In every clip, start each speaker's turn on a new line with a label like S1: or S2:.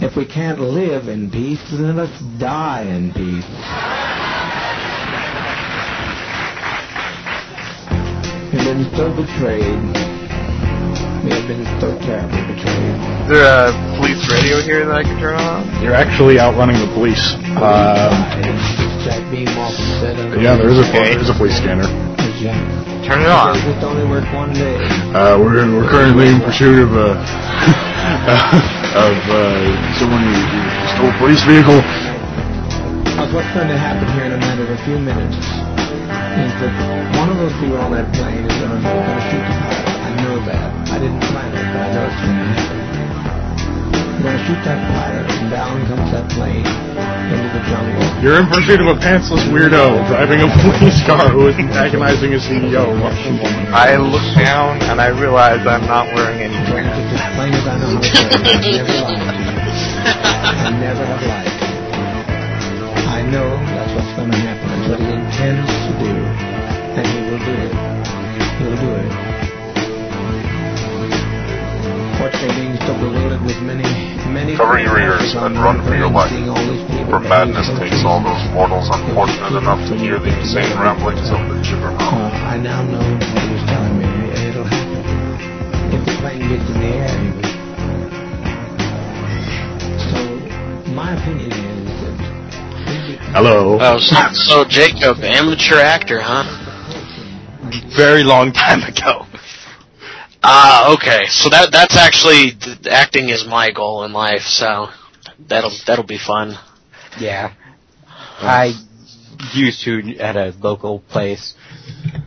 S1: If we can't live in peace, then let's die in peace. We've been so betrayed. We have been so terribly betrayed.
S2: Is there a police radio here that I can turn on?
S3: You're actually outrunning the police. Uh,
S1: Jack Beam also said under
S3: yeah, there is a
S2: Okay.
S3: there is a police scanner.
S1: Jack.
S2: Turn it on.
S1: It only worked one day.
S3: Uh, we're we're currently in pursuit of uh, of uh, someone who, who stole a police vehicle.
S1: Because what's going to happen here in a matter of a few minutes is that one of those people on that plane is going to shoot the pilot. I know that. I didn't plan it, but I know it's going to happen. They're going to shoot that pilot, and down comes that plane into the jungle.
S3: You're in pursuit of a pantsless weirdo driving a police car who is antagonizing a E CEO.
S2: I look down and I realize I'm not wearing any
S1: Trying
S2: pants.
S1: to explain as I know how to do it. I never lied to you. I never have lied. I know that's what's going to happen. That's what he intends to do, and he will do it. He will do it. Fortunately, being so bewildered with many, many.
S4: Cover your ears and run for your life,
S1: Seeing all these people
S4: For
S1: that
S4: madness
S1: he's so
S4: takes all those mortals unfortunate enough to hear the insane ramblings of the
S1: uh,
S4: jibbermouth.
S1: I now know what he was telling me, and it'll happen. If the plane gets in the air, he will. So, my opinion is that we get
S3: Hello.
S5: Oh, so, so Jacob, amateur actor, huh?
S6: Very long time ago.
S5: Ah, okay. So that that's actually th- acting is my goal in life. So that'll that'll be fun.
S6: Yeah. I used to at a local place.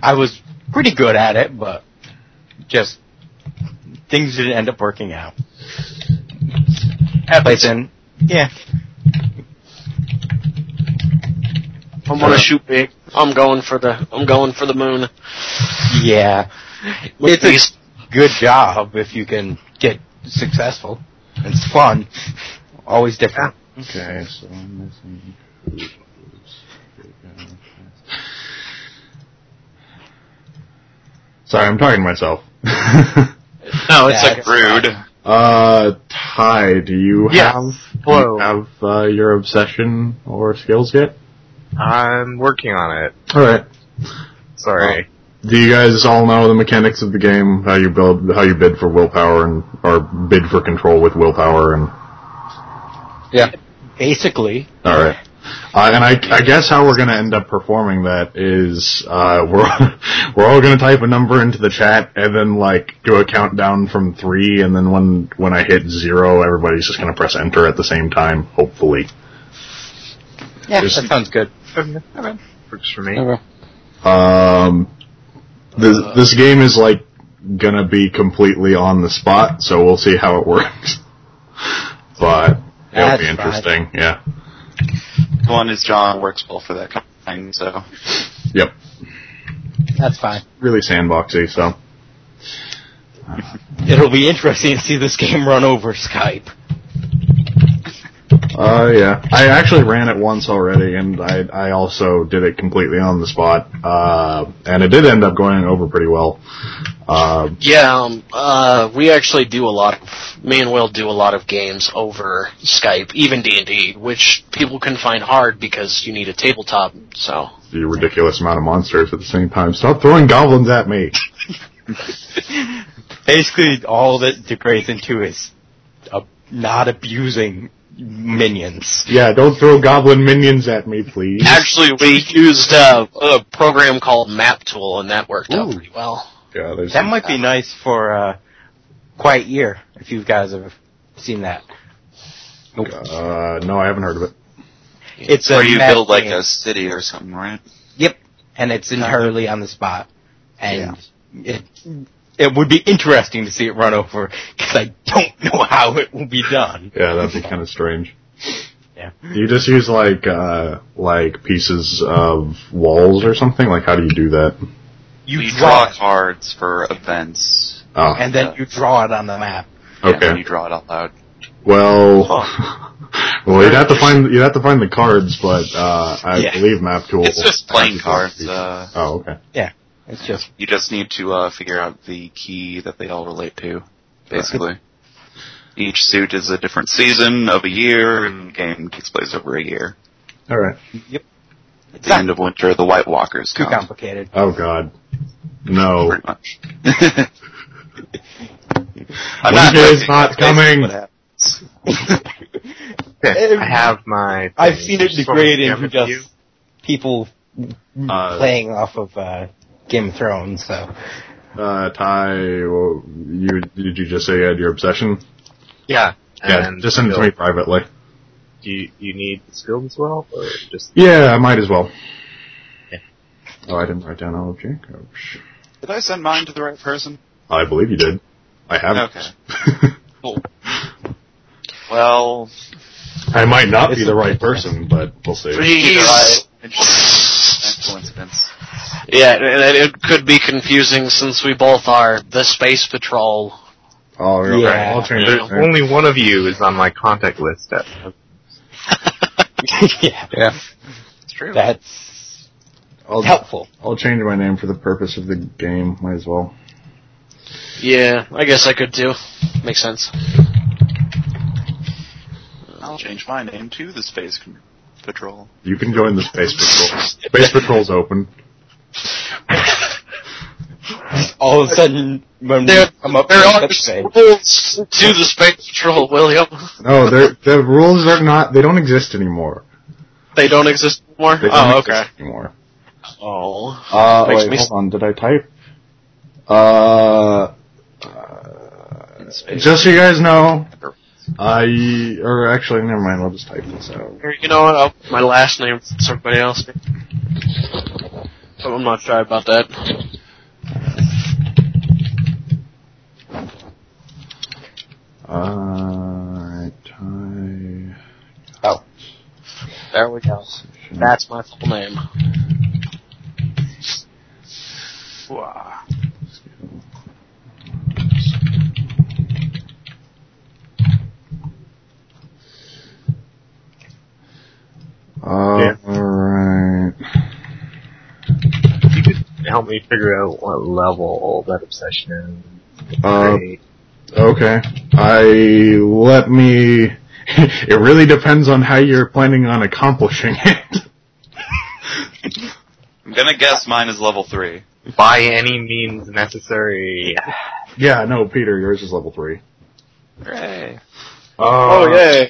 S6: I was pretty good at it, but just things didn't end up working out. At place in, yeah.
S5: I'm
S6: uh,
S5: gonna shoot big. I'm going for the I'm going for the moon.
S6: Yeah.
S5: With
S6: It's a-
S5: these-
S6: Good job if you can get successful. It's fun. Always different.
S3: Okay, so I'm missing. Sorry, I'm talking to myself.
S7: No, Oh, it's
S6: That's
S7: like rude.
S3: uh, Ty, do you
S2: Yeah.
S3: have
S2: Hello.
S3: have uh, your obsession or skills yet?
S2: I'm working on it.
S3: All right.
S2: Sorry.
S3: Do you guys all know the mechanics of the game? How you build, how you bid for willpower, and or bid for control with willpower, and
S6: Basically.
S3: All right. Uh, and I, I guess how we're going to end up performing that is uh, we're we're all going to type a number into the chat and then like do a countdown from three and then when when I hit zero everybody's just going to press enter at the same time hopefully.
S6: Yeah,
S3: There's-
S6: that sounds good.
S2: Okay. Okay. Works for me.
S3: Um, this this game is like going to be completely on the spot, so we'll see how it works. But it'll
S6: That's
S3: be
S6: fine.
S3: interesting. Yeah.
S7: One is John works well for that kind of thing, so
S3: Yep.
S6: That's fine.
S3: Really sandboxy. So.
S6: It'll be interesting to see this game run over Skype.
S3: Uh, yeah. I actually ran it once already, and I I also did it completely on the spot. Uh, and it did end up going over pretty well. Uh,
S5: Yeah, um, uh, we actually do a lot of me and Will do a lot of games over Skype, even D and D, which people can find hard because you need a tabletop. So
S3: the ridiculous amount of monsters at the same time. Stop throwing goblins at me.
S6: Basically, all that degrades into is uh, not abusing minions.
S3: Yeah, don't throw goblin minions at me, please.
S5: actually, we used uh, a program called Map Tool, and that worked out pretty well.
S3: Yeah, there's
S6: That might be nice for uh, Quiet Year, if you guys have seen that.
S3: Uh, no, I haven't heard of it.
S6: It's a
S7: where you
S6: map
S7: build like
S6: game,
S7: a city or something, right?
S6: and it's entirely on the spot, and it it would be interesting to see it run over because I don't know how it will be done.
S3: Yeah, that'd be kind of strange.
S6: Yeah.
S3: You just use like uh like pieces of walls or something. Like, how do you do that?
S6: You,
S7: You
S6: draw,
S7: draw
S6: it,
S7: cards for events,
S3: Oh,
S6: and then you draw it on the map.
S7: and then you
S3: okay.
S7: draw it out loud.
S3: Well, well, you'd have to find you'd have to find the cards, but uh, I
S6: Yeah.
S3: believe map tool.
S7: It's just plain cards. Uh,
S3: oh, okay.
S6: It's just
S7: you just need to uh, figure out the key that they all relate to, basically. Each suit is a different season of a year, and the game takes place over a year.
S3: All right.
S6: Yep.
S7: At the end of winter, the White Walkers
S6: Too
S7: come.
S6: complicated.
S3: Oh God. No.
S7: Pretty much. I'm
S3: Winter's
S7: joking.
S3: not
S7: That's basically
S3: coming.
S7: what happens.
S2: Fifth, I have my. Thing.
S6: I've seen it
S2: Just wanna
S6: degrade
S2: give
S6: into
S2: it to
S6: just people
S3: Uh,
S6: playing off of uh, Game of Thrones. So
S3: Uh, Ty, well, you did you just say you had your obsession?
S2: you. Yeah.
S3: Yeah,
S2: and
S3: just send it to me
S2: skill.
S3: privately.
S2: Do you, you need skill as well, or just
S3: Yeah, I might as well. Oh, I didn't write down all of Jacob's.
S7: Did I send mine to the right person?
S3: I believe you did. I haven't.
S7: Cool. Well,
S3: I might not be
S6: It's
S3: the
S6: a-
S3: right person, but we'll see.
S7: either I-
S5: Please.
S7: Nice coincidence.
S5: Yeah, and it could be confusing since we both are the Space Patrol.
S3: Oh, okay.
S6: Yeah.
S3: I'll change
S5: Yeah.
S3: it.
S2: There's only one of you is on my contact list. At,
S6: yeah,
S2: yeah.
S7: It's true.
S6: that's
S3: I'll,
S6: helpful.
S3: I'll change my name for the purpose of the game. Might as well.
S5: Yeah, I guess I could too. Makes sense.
S7: I'll change my name to the Space Con- Patrol.
S3: You can join the space patrol. space patrol's open.
S6: All of a sudden, when we
S5: There,
S6: come up
S5: there
S6: with
S5: are
S6: that thing,
S5: rules to the Space Patrol, William.
S3: No, they're- the rules are not. They don't exist anymore.
S5: They don't exist anymore?
S3: They don't
S5: oh,
S3: exist
S5: okay.
S3: Anymore.
S5: Oh.
S3: Uh,
S5: Makes
S3: wait,
S5: me-
S3: hold on. Did I type? Uh, just so you guys know, I or actually, never mind. I'll just type this out.
S5: Here, You know what? I'll, my last name is everybody else. So I'm not shy about that.
S3: Uh, Ty.
S5: There we go. That's my full name.
S3: Uh,
S2: Yeah.
S3: All right.
S2: you could help me figure out what level that obsession.
S3: Uh,
S2: grade.
S3: okay. I let me. it really depends on how you're planning on accomplishing it.
S7: I'm gonna guess mine is level three.
S2: by any means necessary.
S3: yeah. No, Peter, yours is level three.
S7: Hooray.
S3: Uh,
S5: oh, yeah.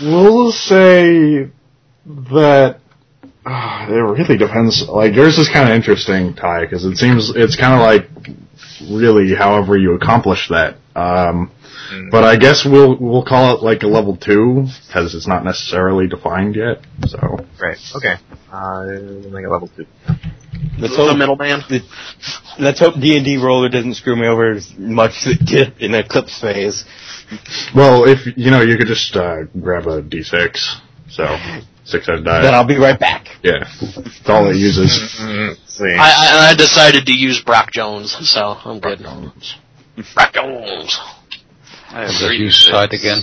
S3: We'll say that ah, it really depends. Like yours is kind of interesting, Ty, because it seems it's kind of like really however you accomplish that. Um,
S2: Mm.
S3: But I guess we'll we'll call it like a level two because it's not necessarily defined yet. So
S2: Right. Okay. Uh, we'll make it level two.
S6: let's
S5: The
S6: hope,
S5: middleman.
S6: let's hope D&D roller doesn't screw me over as much as it did in Eclipse phase.
S3: well, if you know, you could just uh, grab a d6. So six sided die.
S6: Then I'll be right back.
S3: Yeah, it's all it uses.
S2: Mm, see.
S5: I, I, and I decided to use Brock Jones, so I'm good. Brock Jones.
S7: I have
S8: Is that
S7: three
S8: you
S7: d6.
S8: side again?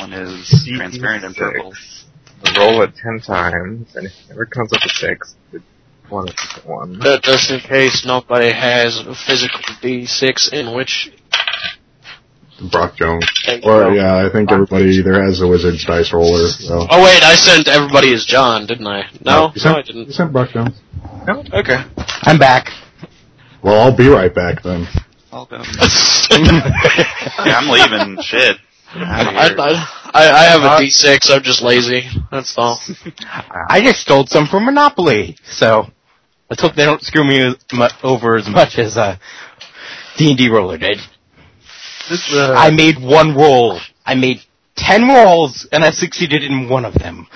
S7: One is transparent and purple.
S2: roll it ten times, and if it never comes up with six, it's one is the one.
S5: But just in case nobody has a physical D6 in which
S3: Brock Jones.
S5: they
S3: Or yeah, I think everybody either has a wizard's dice roller. So.
S5: Oh wait, I sent everybody as John, didn't I? No,
S3: you
S5: no,
S3: sent-
S5: I
S3: You
S5: didn't.
S3: sent Brock down.
S5: Okay.
S6: I'm back.
S3: Well, I'll be right back then.
S7: I'll go. Yeah, I'm leaving. Shit. I'm
S5: I,
S7: outta here.
S5: I, I I have a D6. I'm just lazy. That's all.
S6: I just stole some from Monopoly, so let's hope they don't screw me as mu- over as much as uh, D&D roller did.
S2: This, uh,
S6: I made one roll. I made ten rolls, and I succeeded in one of them.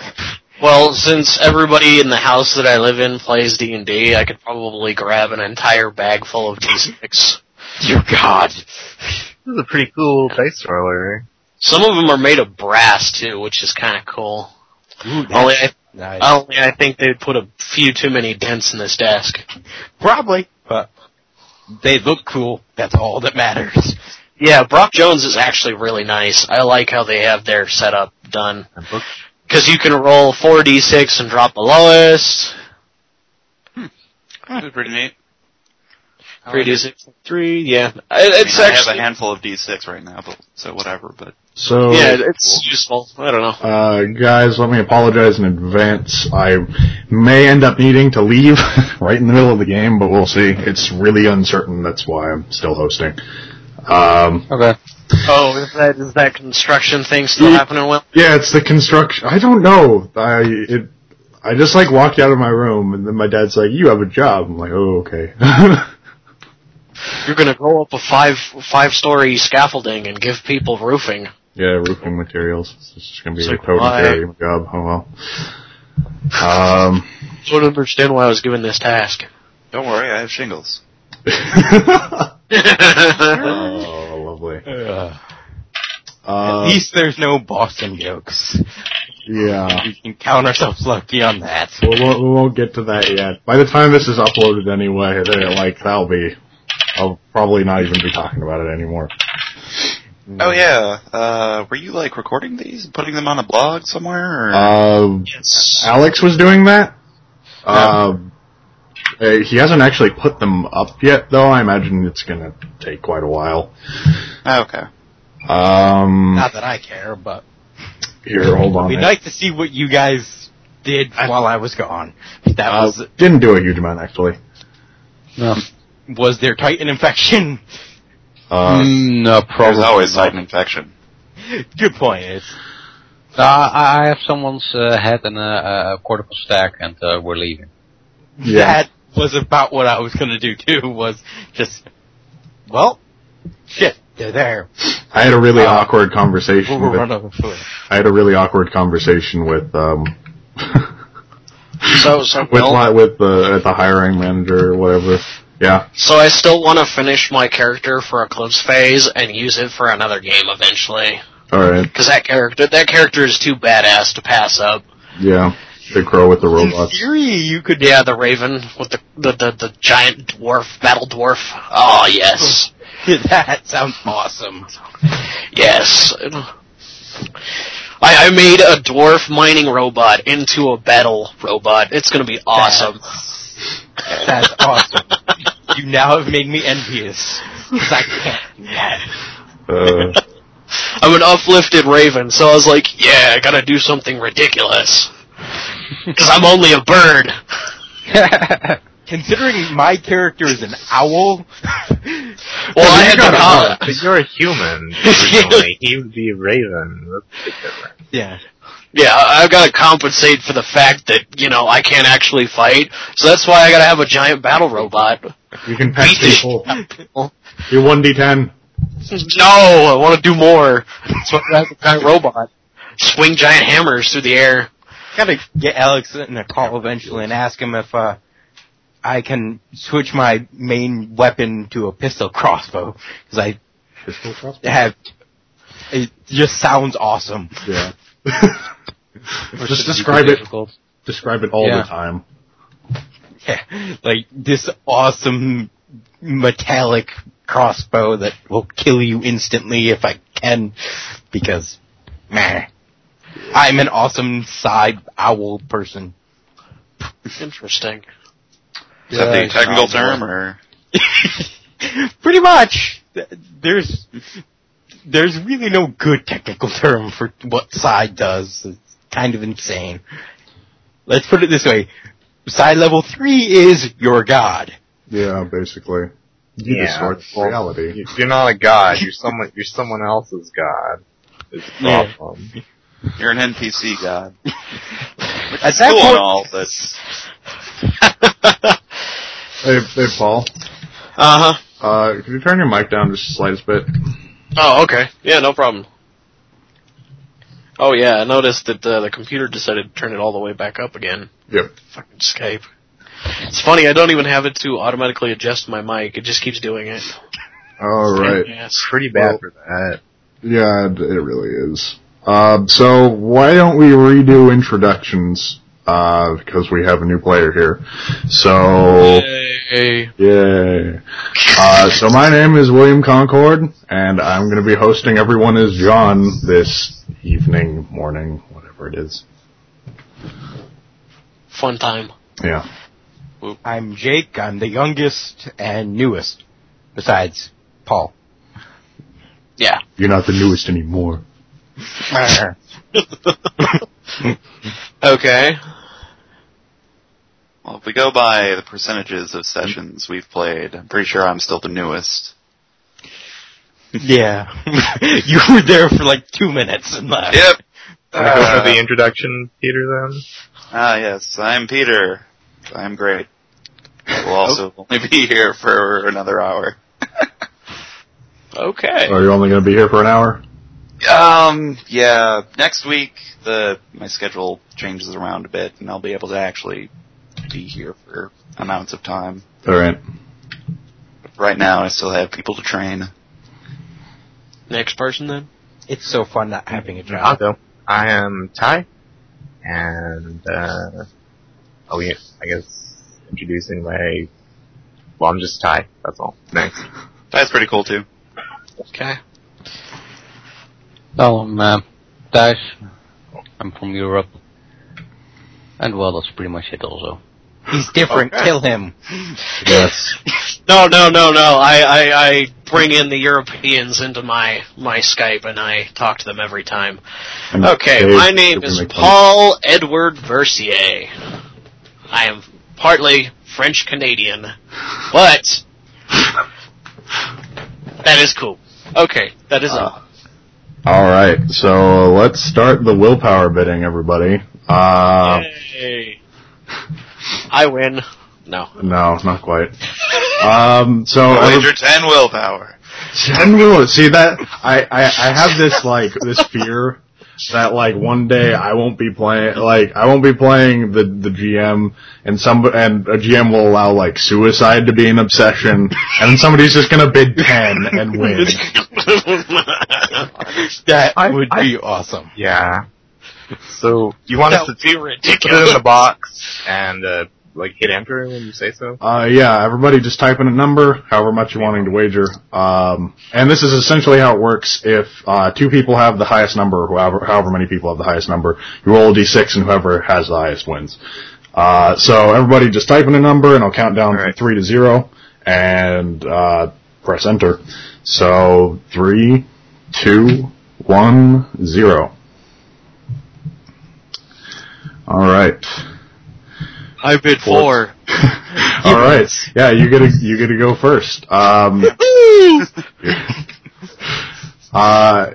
S5: Well, since everybody in the house that I live in plays D and I could probably grab an entire bag full of D6.
S6: Dear God.
S2: this is a pretty cool dice roller.
S5: Some of them are made of brass too, which is kind of cool. Only I,
S6: Nice.
S5: only I think they put a few too many dents in this desk.
S6: Probably, but they look cool. That's all that matters.
S5: Yeah, Brock Jones is actually really nice. I like how they have their setup done.
S2: book.
S5: Because you can roll 4d6 and drop the lowest.
S7: That was pretty neat.
S5: Three D six three. Yeah, It- it's
S7: I, mean, I
S5: actually
S7: have a handful of D6 right now, but so whatever. But
S3: So
S5: yeah, it's useful. I don't know.
S3: Uh, guys, let me apologize in advance. I may end up needing to leave right in the middle of the game, but we'll see. It's really uncertain. That's why I'm still hosting. Um,
S6: Okay.
S5: Oh, is that is that construction thing still happening? Well,
S3: yeah, it's the construction. I don't know. I it. I just like walked out of my room, and then my dad's like, "You have a job." I'm like, "Oh, okay."
S5: you're gonna go up a five five story scaffolding and give people roofing.
S3: yeah, roofing materials. It's just gonna be
S5: It's
S3: a
S5: like, why?
S3: totally job. Oh well. Um.
S5: I don't understand why I was given this task.
S7: don't worry, I have shingles.
S5: yeah,
S3: oh, Um, lovely.
S6: At
S3: Uh,
S6: least there's no Boston jokes.
S3: yeah.
S6: We can count ourselves lucky on that.
S3: We won't, we won't get to that yet. By the time this is uploaded anyway, then like that'll be. I'll probably not even be talking about it anymore.
S8: Mm.
S7: Oh yeah, uh, were you like recording these and putting them on a blog somewhere? Or?
S3: Uh, Alex was doing that. Um, uh, he hasn't actually put them up yet, though. I imagine it's gonna take quite a while.
S7: oh, okay.
S3: Um,
S6: Not that I care, but
S3: here, hold on.
S6: we'd like to see what you guys did while I was gone. That
S3: Uh,
S6: was
S3: didn't do a huge amount actually.
S6: was there Titan infection?
S3: Uh,
S6: Mm.
S8: no, probably.
S7: There's always
S8: not.
S7: side infection.
S6: Good point. It's,
S8: Uh, I I have someone's uh, head and a, a cortical stack, and uh, we're leaving.
S3: yeah.
S6: That was about what I was gonna do too. Was just well, shit. They're there.
S3: I had a really
S6: Uh,
S3: awkward
S6: We'll
S3: conversation.
S6: we'll
S3: with-
S6: run over to it.
S3: I had a really awkward conversation with um
S5: So- so
S3: with
S5: Bill-
S3: li- with the at the hiring manager or whatever. Yeah.
S5: so I still want to finish my character for Eclipse Phase and use it for another game eventually.
S3: All right.
S5: Because that character that character is too badass to pass up.
S3: Yeah. The crow with the
S6: In
S3: robots.
S6: theory, you could
S5: Yeah, the Raven with the the, the, the giant dwarf battle dwarf. Oh yes,
S6: that sounds awesome.
S5: yes. I, I made a dwarf mining robot into a battle robot. It's gonna be awesome.
S6: That's awesome. You now have made me envious. 'Cause I can't do that.
S3: Uh,
S5: I'm an uplifted Raven, so I was like, yeah, I gotta do something ridiculous. Because I'm only a bird.
S6: Considering my character is an owl,
S5: Well, I had
S2: You're
S5: to
S2: not a-
S5: call.
S2: but you're a human originally. he would be a raven. That's the difference.
S6: yeah,
S5: Yeah, I- I've got to compensate for the fact that you know I can't actually fight, so that's why I got to have a giant battle robot.
S3: you can pet
S5: Beat the
S3: people. You're one D ten.
S5: No, I want to do more. That's why I have a giant robot. Swing giant hammers through the air.
S6: gotta get Alex in a call eventually and ask him if uh, I can switch my main weapon to a pistol crossbow because I have. It just sounds awesome.
S3: Yeah. Just describe it. Describe it all
S6: Yeah.
S3: the time.
S6: Yeah, like this awesome metallic crossbow that will kill you instantly if I can, because meh. I'm an awesome side owl person.
S5: Interesting.
S7: Is that the technical term or?
S6: Pretty much. Th- There's there's really no good technical term for what side does. It's kind of insane. Let's put it this way. Side level three is your god.
S3: Yeah, basically. You
S2: Yeah,
S3: distort
S2: well,
S3: reality.
S2: You- You're not a god. You're someone. You're someone else's god. Is the
S6: Yeah.
S2: problem.
S7: You're an NPC god. Which
S6: At
S7: is
S6: that
S7: cool and
S6: point-
S7: all, but
S3: Hey, hey, Paul.
S5: Uh huh.
S3: Uh, could you turn your mic down just the slightest bit?
S5: Oh, okay. Yeah, no problem. Oh yeah, I noticed that uh, the computer decided to turn it all the way back up again.
S3: Yep.
S5: Fucking Skype. It's funny. I don't even have it to automatically adjust my mic. It just keeps doing it.
S3: All right.
S5: Yes.
S2: Pretty bad
S3: Well-
S2: for that.
S3: Yeah, it it really is. Uh, so why don't we redo introductions? Uh, because we have a new player here. So
S5: Hey.
S3: yay. Uh, so my name is William Concord, and I'm going to be hosting Everyone Is John this evening, morning, whatever it is.
S5: Fun time.
S3: Yeah.
S7: Whoop.
S6: I'm Jake. I'm the youngest and newest, besides Paul.
S5: Yeah.
S3: You're not the newest anymore.
S5: Okay.
S7: Well, if we go by the percentages of sessions we've played, I'm pretty sure I'm still the newest.
S6: yeah, you were there for like two minutes and left.
S7: Yep.
S2: Wanna go for the introduction, Peter, then?
S7: Ah, yes, I'm Peter. I'm great. I will also only be here for another hour.
S5: Okay.
S3: Are you Oh, only going to be here for an hour?
S7: Um, yeah, next week the my schedule changes around a bit, and I'll be able to actually be here for amounts of time.
S3: All right.
S7: Right now, I still have people to train.
S5: Next person then.
S6: It's so fun not having a
S2: I'll
S6: job.
S2: go. I am Ty, and uh, I'll be, I guess, introducing my. Well, I'm just Ty. That's all. Thanks.
S7: That's pretty cool too.
S5: Okay.
S8: Well, I'm uh, Thijs. I'm from Europe. And well, that's pretty much it also.
S6: He's different. Kill him.
S3: Yes.
S5: No, no, no, no. I, I, I bring in the Europeans into my, my Skype and I talk to them every time.
S3: And
S5: Okay,
S3: Dave,
S5: my name
S3: if we
S5: is
S3: make fun-
S5: Paul Edward Versier. I am partly French Canadian, but that is cool. Okay, that is
S2: Uh,
S5: all.
S3: All right. So let's start the willpower bidding, everybody.
S2: um,
S3: Uh,
S5: Yay. I win. No.
S3: no, not quite. Um, so
S7: Wager ten willpower.
S3: Ten will see that I, I I have this like this fear that like one day I won't be playing like I won't be playing the the GM and some and a GM will allow like suicide to be an obsession and somebody's just gonna bid ten and win.
S6: That
S2: I-
S6: would
S2: I-
S6: be awesome.
S2: Yeah. So you want
S5: that
S2: us to
S5: would be
S2: put it in the
S5: ridiculous.
S2: box and uh, like hit enter when you say so?
S3: Uh yeah, everybody just type in a number, however much you're wanting to wager. Um and this is essentially how it works if uh two people have the highest number, however however many people have the highest number, you roll a D six and whoever has the highest wins. Uh so everybody just type in a number and I'll count down
S2: All
S3: from
S2: right.
S3: three to zero and uh press enter. So three, two, one, zero. All right.
S5: I bid four.
S3: All right. Yeah, you get to you get to go first. Um, uh,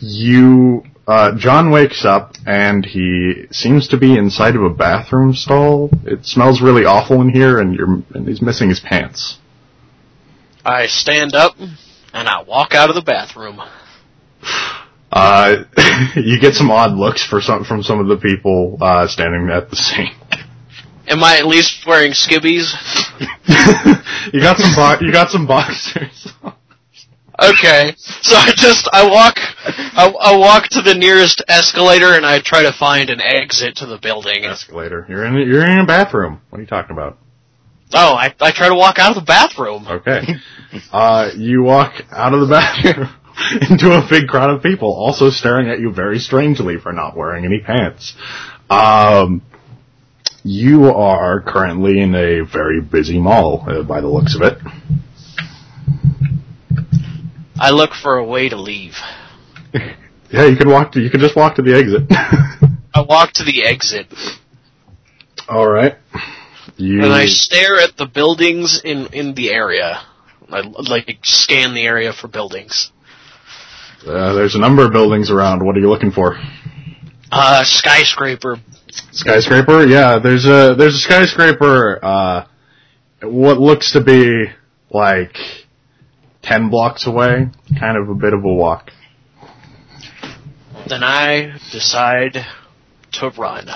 S3: you uh, John wakes up and he seems to be inside of a bathroom stall. It smells really awful in here, and you're and he's missing his pants.
S5: I stand up and I walk out of the bathroom.
S3: Uh, you get some odd looks for some from some of the people uh, standing at the sink.
S5: Am I at least wearing skibbies?
S3: you got some bo- you got some boxers.
S5: Okay. So I just I walk I, I walk to the nearest escalator and I try to find an exit to the building.
S3: Escalator. You're in you're in a bathroom. What are you talking about?
S5: Oh, I, I try to walk out of the bathroom.
S3: Okay. Uh, you walk out of the bathroom into a big crowd of people, also staring at you very strangely for not wearing any pants. Um, you are currently in a very busy mall, uh, by the looks of it.
S5: I look for a way to leave.
S3: Yeah, you could walk. To, you could just walk to the exit.
S5: I walk to the exit
S3: All right. You.
S5: and I stare at the buildings in in the area. I like scan the area for buildings.
S3: uh, there's a number of buildings around. What are you looking for?
S5: Uh, skyscraper.
S3: Skyscraper? Yeah, there's a there's a skyscraper. Uh, what looks to be like ten blocks away. Kind of a bit of a walk.
S5: Then I decide to run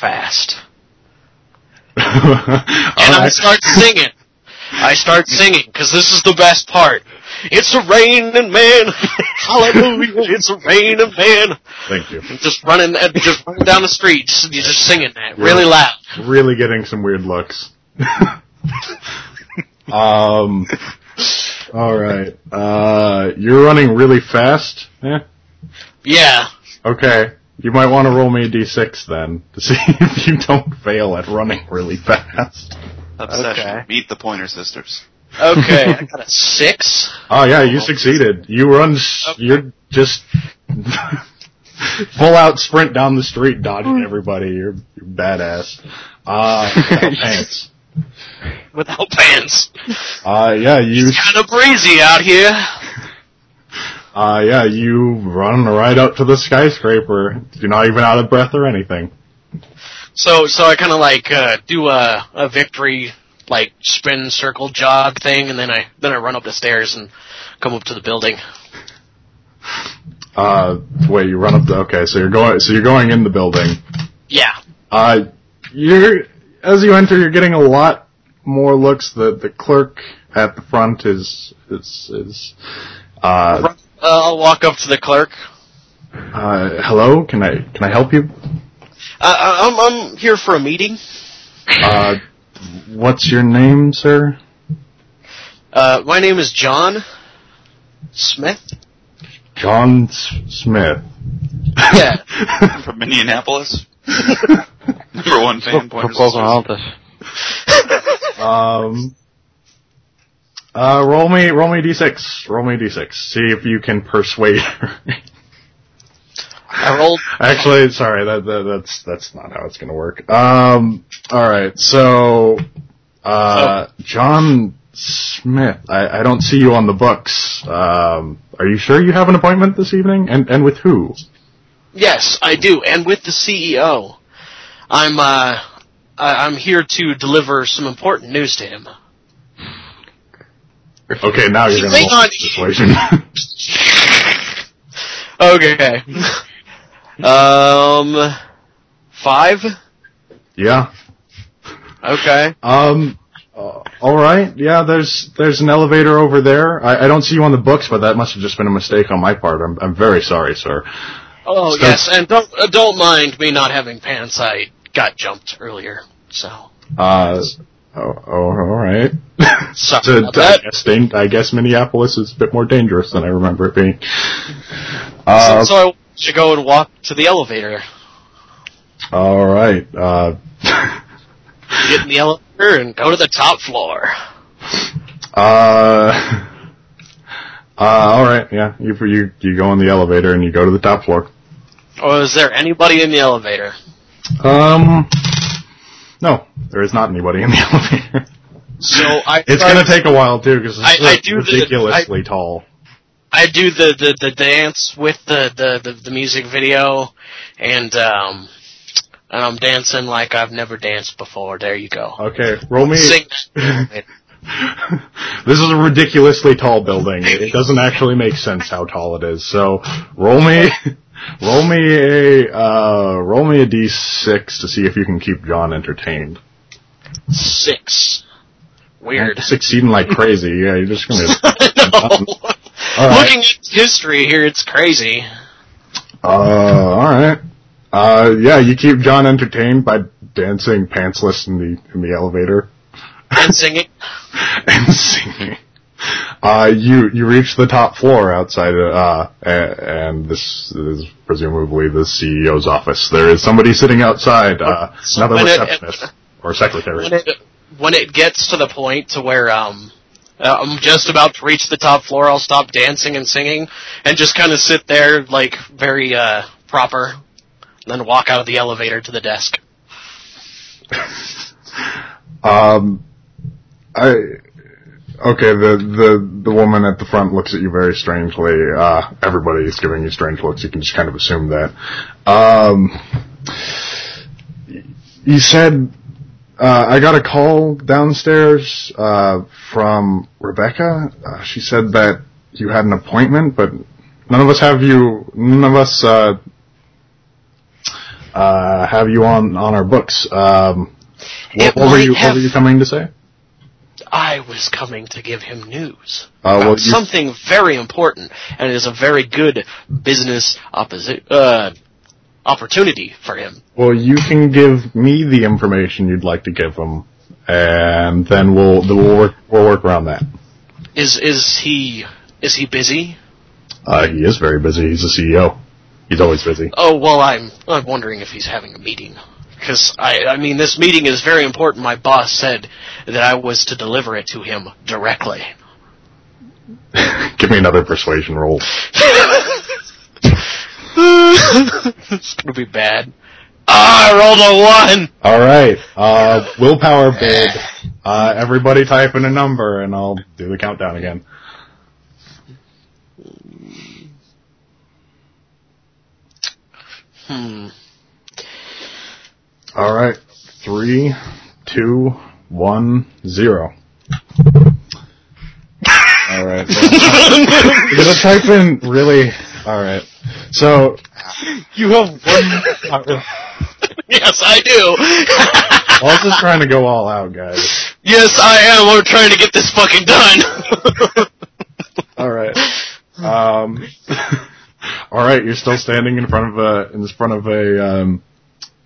S5: fast. and I start singing. I start singing because this is the best part. It's a raining man, hallelujah! It's a raining man.
S3: Thank you.
S5: Just running, uh, just running down the streets, you're just singing that really
S3: Yeah.
S5: loud.
S3: Really getting some weird looks. um. All right. Uh, you're running really fast. Eh,
S5: Yeah,
S3: okay. You might want to roll me a d6 then to see if you don't fail at running really fast.
S7: Obsession.
S5: Okay.
S7: Meet the Pointer Sisters.
S5: Okay, I got a six.
S3: Oh yeah, you succeeded. You run. s You're just full out sprint down the street, dodging everybody. You're, you're badass. Uh, thanks.
S5: Without pants.
S3: Uh, yeah, you.
S5: Kind of breezy out here.
S3: Uh, yeah, you run right up to the skyscraper. You're not even out of breath or anything.
S5: So, so I kind of like uh, do a, a victory like spin circle jog thing, and then I then I run up the stairs and come up to the building.
S3: Uh, wait, you run up the. Okay, so you're going. So you're going in the building.
S5: Yeah.
S3: Uh, you're as you enter, you're getting a lot more looks. The the clerk at the front is is is. Uh,
S5: Uh, I'll walk up to the clerk.
S3: uh, hello, can I can I help you?
S5: Uh, I'm I'm here for a meeting.
S3: Uh, what's your name, sir?
S5: Uh, my name is John Smith.
S3: John S- Smith.
S5: Yeah.
S7: I'm from Minneapolis. Number one fan, Pointer Sisters.
S8: Pocahontas.
S3: Um. Uh, roll me, roll me d6. Roll me d6. See if you can persuade her.
S5: I rolled.
S3: Actually, sorry, that, that that's that's not how it's gonna work. Um. All right. So, uh, John Smith. I, I don't see you on the books. Um. Are you sure you have an appointment this evening? And and with who?
S5: Yes, I do, and with the CEO, I'm uh, I- I'm here to deliver some important news to him.
S3: Okay, now you're gonna
S5: Hang
S3: roll
S5: on.
S3: persuasion.
S5: Okay. um, five.
S3: yeah.
S5: Okay.
S3: Um. uh, all right. Yeah. There's there's an elevator over there. I, I don't see you on the books, but that must have just been a mistake on my part. I'm I'm very sorry, sir.
S5: Oh
S3: So-
S5: yes, and don't uh, don't mind me not having pants. I got jumped earlier, so
S3: Uh. Oh, oh all right.
S5: sorry
S3: So,
S5: about
S3: I,
S5: that.
S3: guess, dan- I guess Minneapolis is a bit more dangerous than I remember it being.
S5: So,
S3: Uh,
S5: so I should go and walk to the elevator.
S3: all right. Uh,
S5: Get in the elevator and go to the top floor.
S3: uh, uh, all right. Yeah. You you you go in the elevator and you go to the top floor.
S5: Or is there anybody in the elevator?
S3: Um. No, there is not anybody in the elevator.
S5: So I
S3: It's
S5: start-
S3: gonna take a while too because
S5: I-
S3: it's
S5: I do the-
S3: ridiculously tall.
S5: I do the, the, the dance with the, the, the, the music video, and um, and I'm dancing like I've never danced before. There you go.
S3: Okay, roll me.
S5: Sing.
S3: this is a ridiculously tall building. It doesn't actually make sense how tall it is. So roll me, roll me a uh, roll me a d6 to see if you can keep John entertained.
S5: Six. Weird.
S3: Succeeding like crazy. Yeah, you're just gonna.
S5: no.
S3: All right.
S5: Looking at history here, it's crazy.
S3: Uh, all right. Uh, yeah, you keep John entertained by dancing pantsless in the in the elevator.
S5: And singing.
S3: and singing. Uh, you you reach the top floor outside, uh, a- and this is presumably the CEO's office. There is somebody sitting outside, uh, another
S5: When it-
S3: receptionist or secretary.
S5: When it, when it gets to the point to where um, uh, I'm just about to reach the top floor, I'll stop dancing and singing and just kind of sit there like very uh, proper, and then walk out of the elevator to the desk.
S3: Um, I okay. The the the woman at the front looks at you very strangely. Uh, everybody is giving you strange looks. You can just kind of assume that. Um, y- you said uh, I got a call downstairs uh, from Rebecca. Uh, she said that you had an appointment, but none of us have you. None of us. Uh, uh, have you on, on our books? Um,
S5: It
S3: what, what were
S5: might
S3: you
S5: have-
S3: what were you coming to say?
S5: I was coming to give him news
S3: Uh,
S5: about
S3: well, you-
S5: something very important, and it is a very good business opposi- uh, opportunity for him.
S3: Well, you can give me the information you'd like to give them, and then we'll then we'll work we'll work around that.
S5: Is is he is he busy?
S3: Uh, he is very busy. E He's a CEO. He's always busy.
S5: Oh well, I'm I'm wondering if he's having a meeting. because I, I mean, this meeting is very important. My boss said that I was to deliver it to him directly.
S3: Give me another persuasion roll.
S5: it's gonna be bad. Ah, I rolled a one.
S3: All right. Uh, willpower bid. Uh, everybody type in a number, and I'll do the countdown again.
S5: Hmm.
S3: All right. Three, two, one, zero. All right. You're gonna type in really. All right. So
S6: You have one.
S5: yes, I do.
S3: I was just trying to go all out, guys.
S5: yes, I am. I'm trying to get this fucking done.
S3: All right. Um. all right. You're still standing in front of a in front of a um,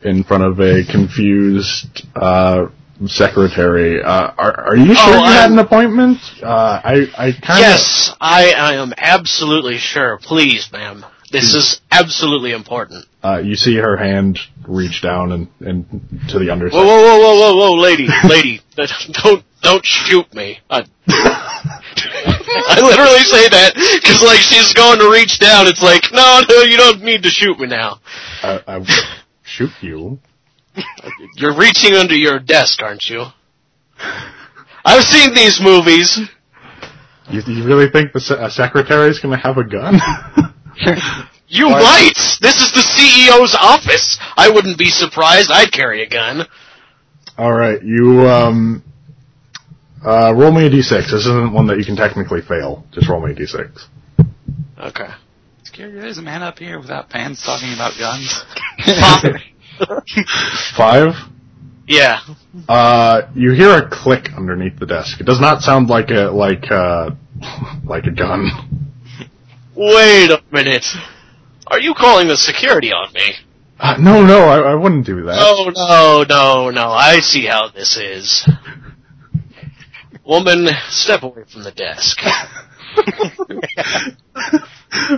S3: in front of a confused uh, secretary. Uh, are are you sure
S5: Oh,
S3: you had
S5: I'm-
S3: an appointment? Uh, I I kind of
S5: yes, I, I am absolutely sure. Please, ma'am. This is absolutely important.
S3: Uh, you see her hand reach down and, and to the
S5: Whoa,
S3: underside.
S5: whoa, whoa, whoa, whoa, whoa, lady, lady, don't, don't shoot me. I, I literally say that because, like, she's going to reach down. It's like, no, no, you don't need to shoot me now.
S3: I, I will shoot you.
S5: You're reaching under your desk, aren't you? I've seen these movies.
S3: You, you really think the se- a secretary's gonna have a gun?
S5: You might. This is the CEO's office. I wouldn't be surprised. I'd carry a gun.
S3: All right, you um, uh, roll me a d6. This isn't one that you can technically fail. Just roll me a d6.
S5: Okay.
S7: There's a man up here without pants talking about guns.
S3: Five.
S5: Yeah.
S3: Uh, you hear a click underneath the desk. It does not sound like a like uh like a gun.
S5: Wait a minute. Are you calling the security on me?
S3: Uh, no, no, I, I wouldn't do that.
S5: Oh no, no, no! I see how this is. Woman, step away from the desk.
S3: uh,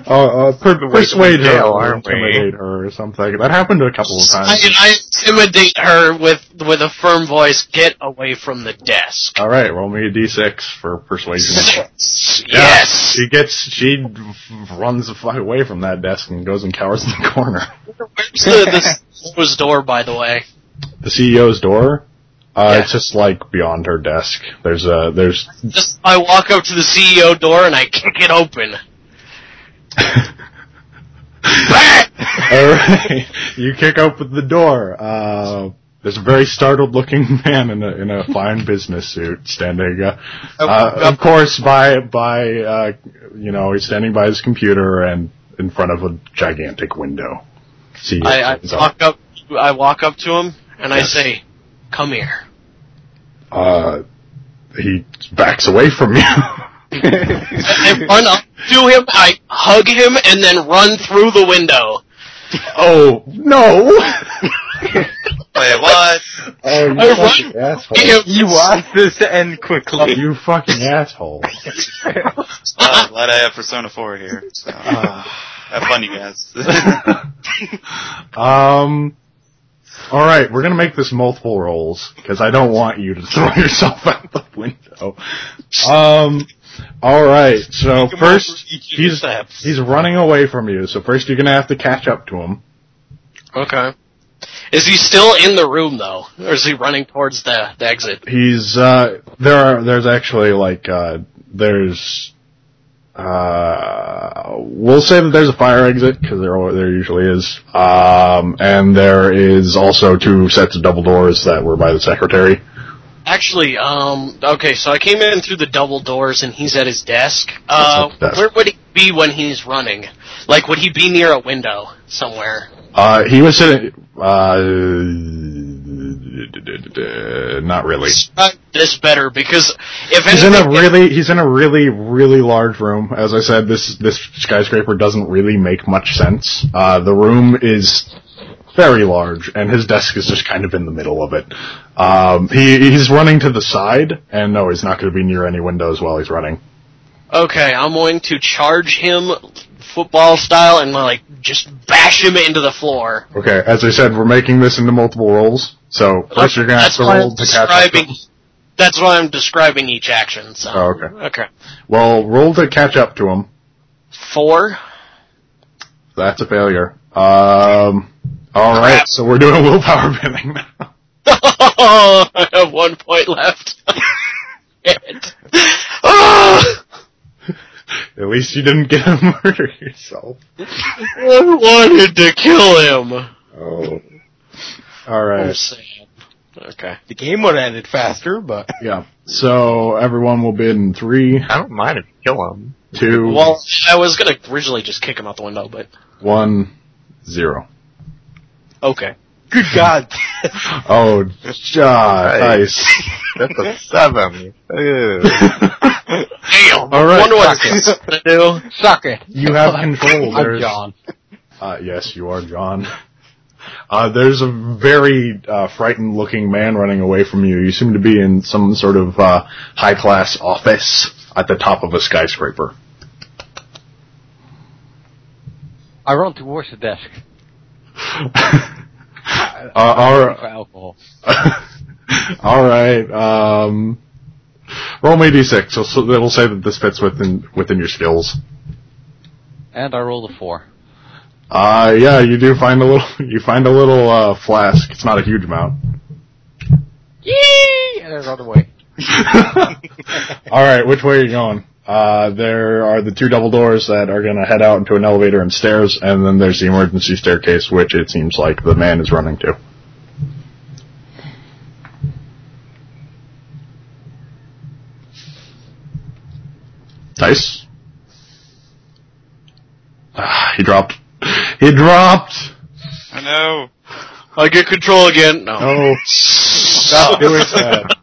S3: uh, per- persuade her,
S2: jail,
S3: or
S2: aren't we?
S3: intimidate her, or something. That happened a couple of
S5: I,
S3: times.
S5: I intimidate her with with a firm voice. Get away from the desk.
S3: All right, roll me a d6 for persuasion.
S5: Six.
S3: Yeah,
S5: Yes.
S3: she gets. She runs away from that desk and goes and cowers in the corner.
S5: Where's the, the CEO's door, by the way?
S3: The CEO's door. Uh,
S5: Yeah.
S3: It's just like beyond her desk. There's a there's
S5: Just I walk up to the CEO door and I kick it open.
S3: All right. You kick open the door. Uh, there's a very startled-looking man in a in a fine business suit standing. Uh,
S5: Oh,
S3: uh, of course, by by uh, you know he's standing by his computer and in front of a gigantic window. See,
S5: I, I
S3: it's
S5: walk up. I walk up to him and I
S3: Yes.
S5: say, "Come here."
S3: uh, he backs away from you.
S5: I run up to him. I hug him and then run through the window.
S3: oh no!
S7: Wait, what?
S3: oh, you
S5: I
S3: fucking asshole!
S5: Give
S6: you want this to end quickly.
S3: You fucking asshole!
S7: Oh, I'm glad I have Persona 4 here. So. Have fun, you guys.
S3: Um. All right, we're gonna make this multiple rolls because I don't want you to throw yourself out the window. Um. All right. So first, he's
S5: steps.
S3: he's running away from you. So first, you're gonna have to catch up to him.
S5: Okay. Is he still in the room though, or is he running towards the, the exit?
S3: He's uh. There are there's actually like uh. There's. Uh, we'll say that there's a fire exit because there al- there usually is. Um, and there is also two sets of double doors that were by the secretary.
S5: Actually, um, okay. So I came in through the double doors, and he's at his desk. Uh,
S3: That's at the desk.
S5: where would he be when he's running? Like, would he be near a window somewhere?
S3: Uh, he was sitting. Uh, not really.
S5: Describe this better because if
S3: He's in
S5: anything,
S3: a really. He's in a really, really large room. As I said, this this skyscraper doesn't really make much sense. Uh, the room is very large, and his desk is just kind of in the middle of it. Um, he he's running to the side, and no, he's not going to be near any windows while he's running.
S5: okay, I'm going to charge him football style and like just bash him into the floor.
S3: Okay, as I said, we're making this into multiple rolls. So first you're gonna have
S5: that's
S3: to
S5: what
S3: roll
S5: I'm
S3: to catch up. to-
S5: describing. That's why I'm describing each action. So
S3: Oh, okay.
S5: okay,
S3: Well, roll to catch up to him.
S5: four.
S3: That's a failure. Um. All right,
S5: Crap.
S3: so we're doing willpower bending now.
S5: I have one point left. It. Ah!
S3: At least you didn't get to murder yourself.
S5: I wanted to kill him.
S3: Oh. All
S5: Oh,
S3: right.
S5: sad. Okay.
S6: The game would have ended faster, but
S3: Yeah. So everyone will bid in three,
S2: I don't mind if you kill him.
S3: two,
S5: Well, I was gonna originally just kick him out the window, but
S3: one, zero.
S5: okay.
S6: good God,
S3: Oh, ja, nice.
S2: That's a seven. Ew.
S5: Damn.
S3: All right.
S5: Wonder what this is gonna do.
S8: Suck it.
S3: You have control.
S8: I'm
S3: There's,
S8: John.
S3: uh, yes, you are John. Uh, there's a very uh, frightened-looking man running away from you. You seem to be in some sort of uh, high-class office at the top of a skyscraper.
S8: I run towards the desk
S3: uh, our,
S8: for alcohol.
S3: All right. Um, roll me d6. So, so that'll say that this fits within within your skills.
S8: And I rolled a four.
S3: Uh, yeah, you do find a little. You find a little uh, flask. It's not a huge amount.
S8: Yee! And I run away.
S3: All right. Which way are you going? Uh, there are the two double doors that are going to head out into an elevator and stairs, and then there's the emergency staircase, which it seems like the man is running to. Dice. Ah, he dropped. He dropped.
S7: I know.
S5: I get control again. No.
S3: No,
S5: Oh.
S3: stop doing that.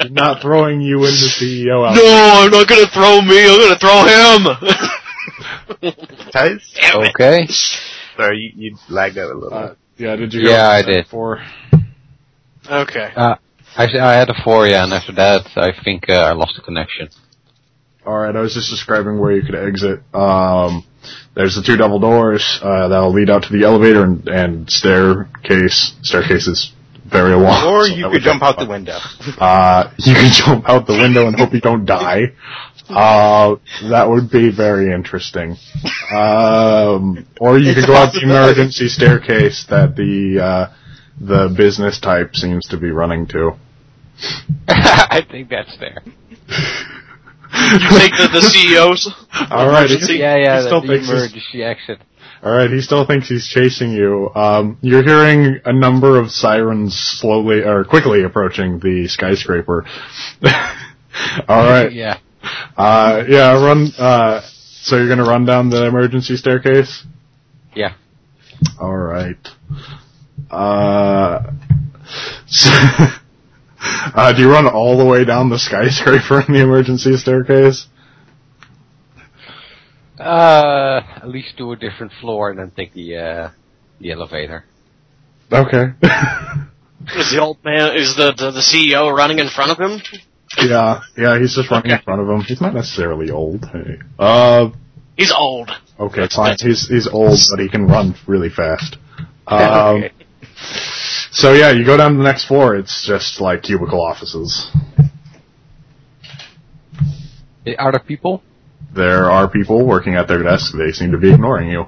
S3: I'm not throwing you into CEO. out.
S5: No, I'm not gonna throw me. I'm gonna throw him.
S2: Tice?
S5: Damn it.
S8: Okay.
S2: Sorry, you, you lagged out a little.
S3: Uh, yeah, did you?
S8: Yeah,
S3: hear what
S8: I
S3: said
S8: did.
S3: Before?
S5: Okay.
S8: I, I had a four, yeah, and after that, I think uh, I lost the connection.
S3: All right, I was just describing where you could exit. Um, there's the two double doors uh, that'll lead out to the elevator and, and staircase. Staircase is very long.
S6: or
S3: so
S6: you
S3: that
S6: could
S3: would
S6: jump
S3: take
S6: out
S3: a
S6: the
S3: while.
S6: window.
S3: Uh, you could jump out the window and hope you don't die. Uh, that would be very interesting. Um, or you
S6: It's
S3: could
S6: a
S3: go out the
S6: possibility.
S3: emergency staircase that the uh, the business type seems to be running to.
S8: I think that's there.
S5: You take the, E the CEOs.
S3: All right,
S5: emergency?
S3: he-
S8: Yeah, yeah,
S3: he still
S8: the
S3: thinks he's-
S8: emergency exit.
S3: All right, he still thinks he's chasing you. Um, you're hearing a number of sirens slowly or quickly approaching the skyscraper. All right,
S8: Yeah.
S3: uh, yeah, run. Uh, so you're gonna run down the emergency staircase.
S8: Yeah.
S3: All right. Uh, so- uh, do you run all the way down the skyscraper in the emergency staircase?
S8: Uh, at least to a different floor and then take the, uh, the elevator.
S3: Okay.
S5: Is the old man? Is the, the the CEO running in front of him?
S3: yeah, yeah, he's just running in front of him. He's not necessarily old. Hey. Uh,
S5: He's old.
S3: Okay, fine. He's he's old, but he can run really fast. Um, so yeah, you go down to the next floor. It's just like cubicle offices.
S8: Eh, Are there people?
S3: There are people working at their desk. They seem to be ignoring you.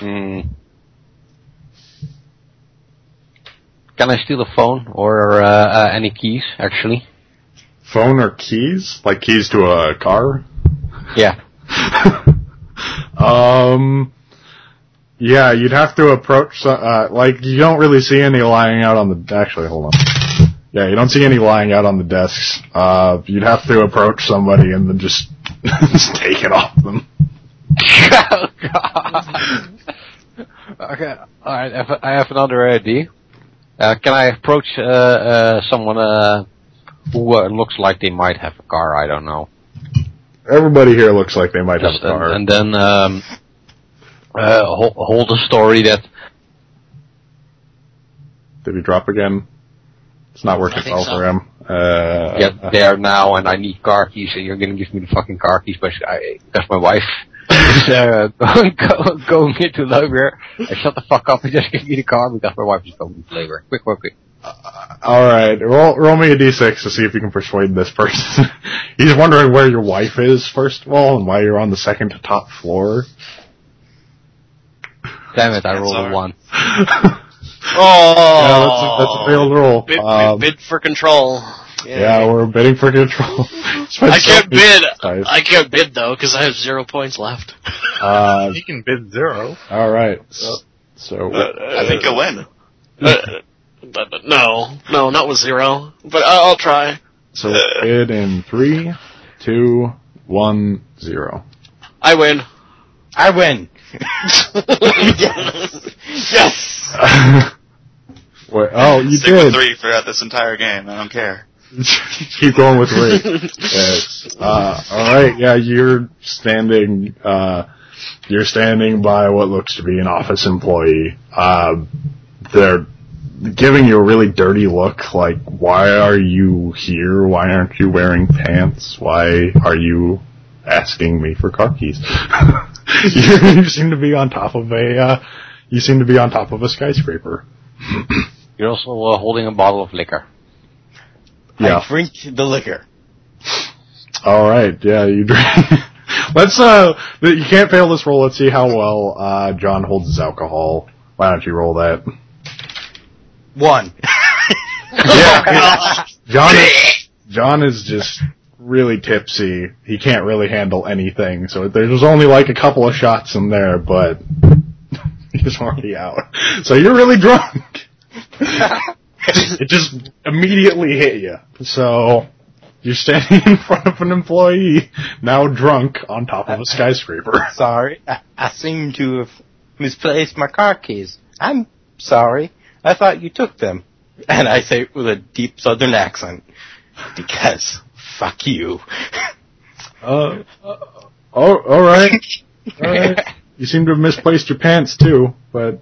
S8: Mm. Can I steal a phone or uh, uh, any keys, actually?
S3: Phone or keys? Like keys to a car?
S8: Yeah.
S3: um, yeah, you'd have to approach. so- Uh, like you don't really see any lying out on the. Actually, hold on. Yeah, you don't see any lying out on the desks. Uh, you'd have to approach somebody and then just, just take it off them.
S8: oh, God. okay, alright, I have- I have another idea. Uh, can I approach uh, uh, someone uh, who uh, looks like they might have a car? I don't know.
S3: Everybody here looks like they might have a
S8: Just-
S3: car.
S8: and, and then um, uh, hold, hold a story that
S3: Did he drop again? It's not working
S5: think
S3: well
S5: so.
S3: for him. Uh,
S8: get there now and I need car keys and you're gonna give me the fucking car keys because I, because my wife is uh, going, go, going into labor. I shut the fuck up and just give me the car because my wife is going into labor. Quick, quick, quick.
S3: All right, roll roll me a d6 to see if you can persuade this person. He's wondering where your wife is first of all, and why you're on the second to top floor.
S8: Damn it, I
S7: That's
S8: rolled a
S7: alright.
S8: one.
S3: yeah,
S5: Oh,
S3: that's a, that's a failed roll.
S5: Bid,
S3: Um,
S5: bid, bid for control.
S3: yeah, we're bidding for control. Spend
S5: I
S3: so
S5: can't
S3: many
S5: bid.
S3: dice.
S5: I can't bid though because I have zero points left.
S3: Uh,
S2: You can bid zero.
S3: all right, S- so
S7: Uh, I think you'll win.
S5: Uh, but, but no, no, not with zero. But I, I'll try.
S3: so bid in three, two, one, zero.
S5: I win.
S6: I win.
S5: yes. Yes.
S3: Wait, oh, you
S7: Stick
S3: did.
S7: with three throughout this entire game. I don't care.
S3: Keep going with three. Yes. Uh, all right. Yeah, you're standing. Uh, you're standing by what looks to be an office employee. Uh, they're giving you a really dirty look. Like, why are you here? Why aren't you wearing pants? Why are you asking me for car keys? you, you seem to be on top of a. Uh, you seem to be on top of a skyscraper.
S8: You're also uh, holding a bottle of liquor.
S3: Yeah.
S6: I drink the liquor.
S3: All right, yeah, you drink. Let's uh, th- you can't fail this roll. Let's see how well uh John holds his alcohol. Why don't you roll that?
S6: One.
S3: yeah, John. Is, John is just really tipsy. He can't really handle anything. So there's only like a couple of shots in there, but he's already out. So you're really drunk. it just immediately hit you. So you're standing in front of an employee now drunk on top of a skyscraper.
S6: Sorry, I, I seem to have misplaced my car keys. I'm sorry. I thought you took them. And I say it with a deep southern accent. Because fuck you.
S3: Uh, oh, all right. All right. You seem to have misplaced your pants too, but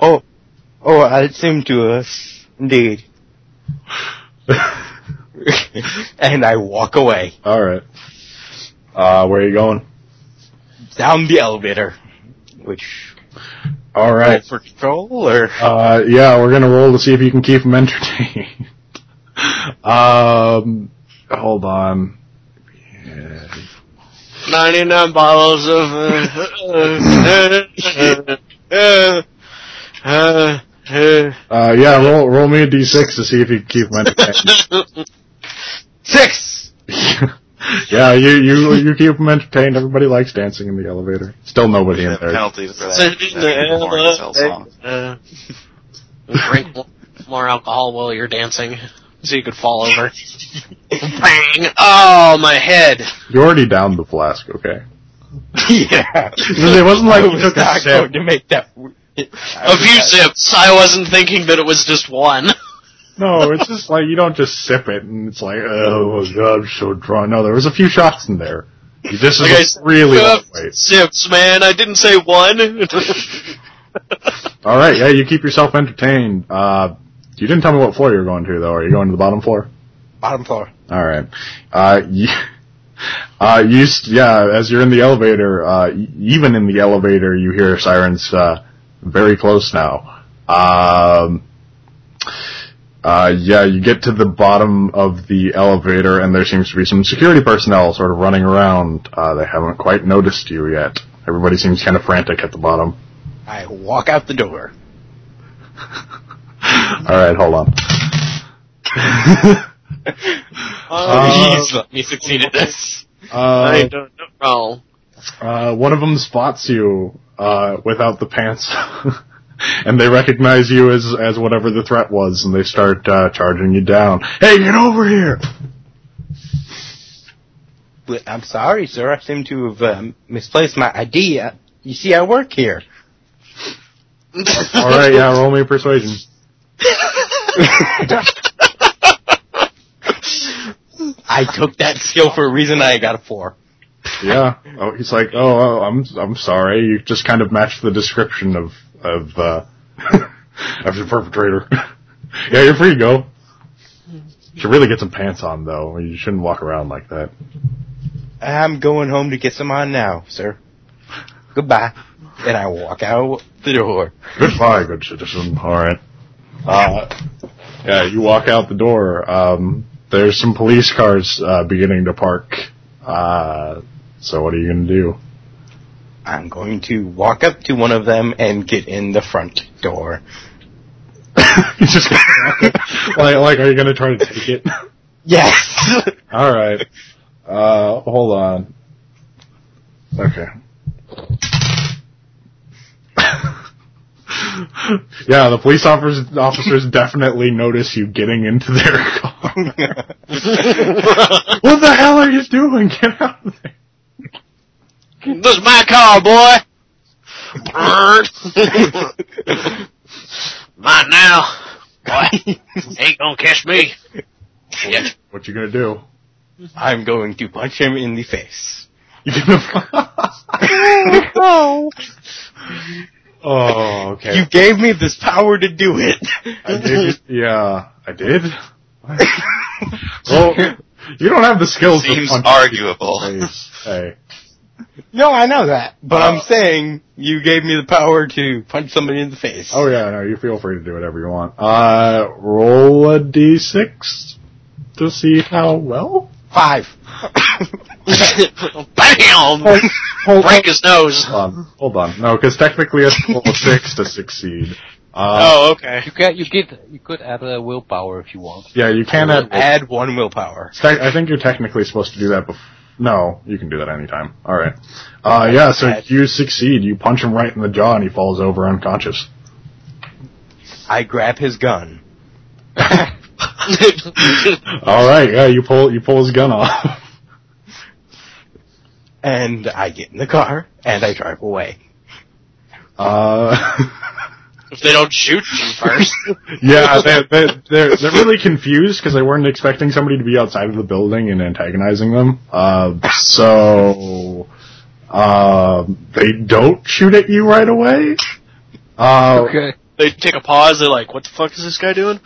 S6: oh, oh, I seem to have, indeed. and I walk away
S3: All right. Uh, where are you going?
S6: down the elevator. Which,
S3: All right.
S6: for control or?
S3: Uh, yeah, we're gonna roll to see if you can keep him entertained. um, hold on. Yeah.
S5: Ninety-nine bottles of. Uh, uh, uh, uh, uh,
S3: Uh, yeah, roll roll me a d6 to see if you can keep him entertained.
S6: Six!
S3: yeah, you you you keep him entertained. Everybody likes dancing in the elevator. Still nobody in
S7: The
S3: there.
S7: penalty for that.
S5: Sitting
S7: that boring as hell song.
S5: there, uh, drink mo- more alcohol while you're dancing, so you could fall over. Bang! Oh, my head.
S3: You're already down the flask. Okay.
S6: yeah.
S3: It wasn't like you took a
S6: not
S3: sip.
S6: going to make that.
S5: A few zips. I wasn't thinking that it was just one.
S3: No, it's just like you don't just sip it and it's like, oh god, I'm so drunk. No, there was a few shots in there. This is
S5: Like I said,
S3: really
S5: uh,
S3: lightweight.
S5: zips, man. I didn't say one.
S3: All right, yeah, you keep yourself entertained. Uh, you didn't tell me what floor you're going to, though. Are you going to the bottom floor?
S6: Bottom floor.
S3: All right. Uh, you, uh, you, s- yeah, as you're in the elevator, uh, e- even in the elevator, you hear sirens, uh, very close now. Um, uh, yeah, you get to the bottom of the elevator and there seems to be some security personnel sort of running around. Uh, they haven't quite noticed you yet. Everybody seems kind of frantic at the bottom.
S6: I walk out the door.
S3: All right, hold on.
S5: Uh,
S3: Oh, Um,
S6: Please let me succeed at this.
S5: I
S3: Uh,
S5: don't know. Oh.
S3: Uh, one of them spots you uh, without the pants, and they recognize you as as whatever the threat was, and they start uh, charging you down. Hey, get over here!
S6: But I'm sorry, sir. I seem to have um, misplaced my ID. Uh, You see, I work here.
S3: All right, yeah, roll me a persuasion.
S6: I took that skill for a reason. I got a four.
S3: Yeah. Oh, he's like, oh, oh, I'm I'm sorry. You just kind of matched the description of of uh, of the perpetrator. yeah, you're free to go. Should really get some pants on though. You shouldn't walk around like that.
S6: I'm going home to get some on now, sir. Goodbye. And I walk out the door.
S3: Goodbye, good citizen. All right. Uh, yeah, you walk out the door. Um, there's some police cars uh, beginning to park. Uh, so what are you gonna do?
S6: I'm going to walk up to one of them and get in the front door.
S3: you just like, like, are you gonna try to take it?
S6: Yes!
S3: All right. Uh, hold on. Okay. yeah, the police officers officers definitely notice you getting into their car. what the hell are you doing? Get out of there!
S5: This is my car, boy. Bird. Mine now. Boy, ain't gonna catch me. Shit.
S3: What you gonna do?
S6: I'm going to punch him in the face.
S3: You gonna? oh, okay.
S6: You gave me this power to do it.
S3: I did. Yeah, I did. well, you don't have the skills. to
S7: Seems
S3: punch
S7: arguable.
S3: people in the face. Hey,
S6: No, I know that, but
S2: Uh,
S6: I'm saying you gave me the power to punch somebody in the face.
S3: oh yeah, no, you feel free to do whatever you want. Uh, roll a d6 to see how well.
S6: Five.
S5: Bam!
S3: Hold
S5: Break his nose.
S3: on, hold on. No, because technically it's roll a six to succeed. Uh,
S5: Oh, okay.
S8: You can you get you could add a willpower if you want.
S3: Yeah, you can add.
S6: Add one willpower.
S3: Te- I think you're technically supposed to do that before. No, you can do that anytime. All right. Uh, yeah, so you succeed. You punch him right in the jaw, and he falls over unconscious.
S6: I grab his gun.
S3: All right. Yeah, you pull you pull his gun off.
S6: and I get in the car and I drive away.
S3: Uh,
S5: if they don't shoot you first.
S3: yeah, they, they, they're they're really confused because they weren't expecting somebody to be outside of the building and antagonizing them. Uh, so uh, they don't shoot at you right away. Uh,
S5: They take a pause. They're like, "What the fuck is this guy doing?"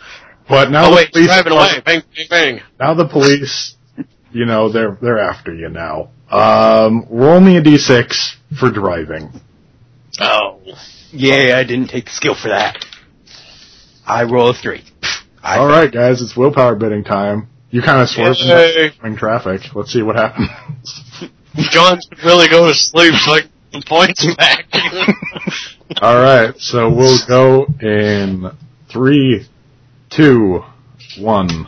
S3: But now
S5: Oh
S3: the
S5: wait,
S3: police
S5: he's driving away. Bang, bang, bang.
S3: Now the police, you know, they're they're after you now. Um, roll me a d6 for driving.
S5: Oh,
S6: Yeah, I didn't take the skill for that. I roll a three. I
S3: All right, guys, it's willpower bidding time. You kind of swerve
S5: Yay.
S3: in traffic. Let's see what happens.
S5: John should really go to sleep so I can get the points back.
S3: All right, so we'll go in three, two, one.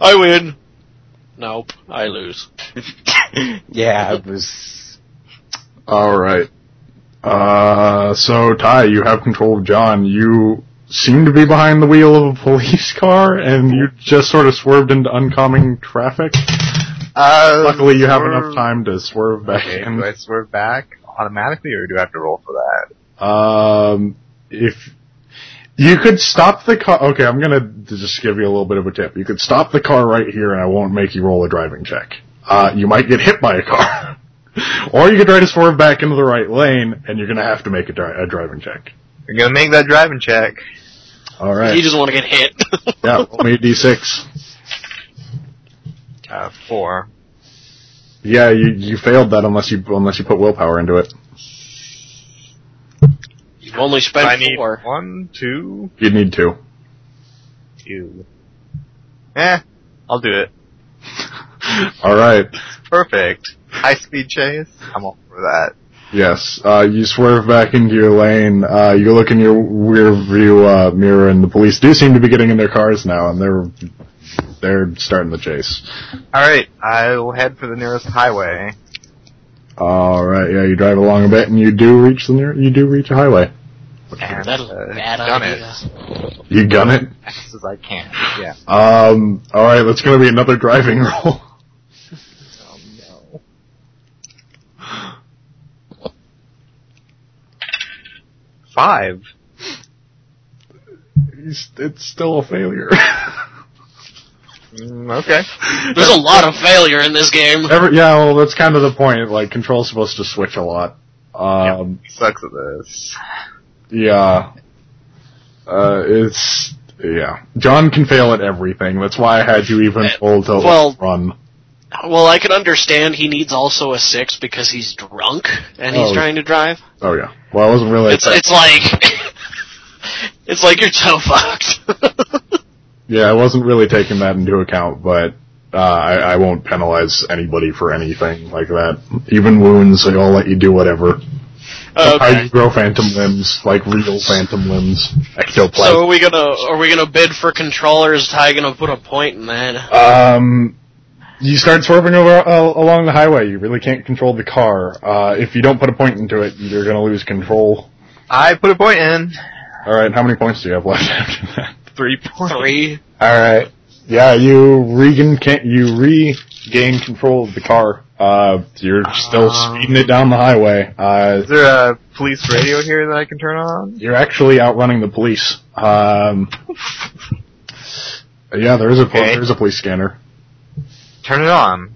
S5: I win. Nope, I lose.
S6: yeah, I was.
S3: All right. Uh, so Ty, you have control of John. You seem to be behind the wheel of a police car, and you just sort of swerved into oncoming traffic. Luckily, you have enough time to swerve back
S2: Uh, Okay, do
S3: in.
S2: I swerve back automatically, or do I have to roll for that?
S3: Um, if you could stop the car, okay, I'm gonna just give you a little bit of a tip. You could stop the car right here, and I won't make you roll a driving check. Uh, you might get hit by a car, or you could try to swerve back into the right lane, and you're gonna have to make a, dri- a driving check.
S2: You're gonna make that driving check.
S3: All right,
S5: He doesn't want to get hit.
S3: yeah, roll me a d6.
S2: Uh, four.
S3: Yeah, you you failed that unless you unless you put willpower into it.
S5: You've only spent
S2: I need
S5: four.
S2: one, two,
S3: You'd need two.
S2: two. Eh, I'll do it.
S3: All right.
S2: Perfect. High speed chase. I'm all for that.
S3: Yes. Uh, you swerve back into your lane. Uh, you look in your rear view uh, mirror, and the police do seem to be getting in their cars now, and they're they're starting the chase.
S2: All right, I'll head for the nearest highway.
S3: All right. Yeah, you drive along a bit, and you do reach the near. You do reach a highway.
S2: And,
S5: That'll
S2: uh,
S5: bad
S2: done
S5: idea.
S2: it
S3: You gun it.
S2: as fast as I can. Yeah.
S3: Um. All right. That's gonna be another driving roll.
S2: Oh no. Five.
S3: It's it's still a failure.
S2: Mm, okay.
S5: There's a lot of failure in this game.
S3: Every, yeah, well, that's kind of the point. Like, control's supposed to switch a lot. Um,
S2: Sucks at this.
S3: yeah. Uh, it's yeah. John can fail at everything. That's why I had you even roll to
S5: Well-
S3: run.
S5: Well, I can understand he needs also a six because he's drunk and he's
S3: Oh.
S5: trying to drive.
S3: Oh yeah. Well, I wasn't really.
S5: It's it's like it's like you're so fucked.
S3: yeah, I wasn't really taking that into account, but uh, I, I won't penalize anybody for anything like that. Even wounds, like, I'll let you do whatever. How
S5: okay.
S3: you grow phantom limbs, like real phantom limbs,
S5: So
S3: ectoplasm.
S5: are we gonna are we gonna bid for controllers? Ty gonna put a point in that?
S3: um, you start swerving over uh, along the highway. You really can't control the car. Uh, if you don't put a point into it, you're going to lose control.
S2: I put a point in.
S3: All right, how many points do you have left after that?
S2: Three points.
S5: Three.
S3: All right. Yeah, you regain can you regain control of the car. Uh, you're still speeding it down the highway. Uh,
S2: Is there a police radio here that I can turn on?
S3: you're actually outrunning the police. Um, yeah, there is a
S2: Okay.
S3: there is a police scanner.
S2: Turn it on.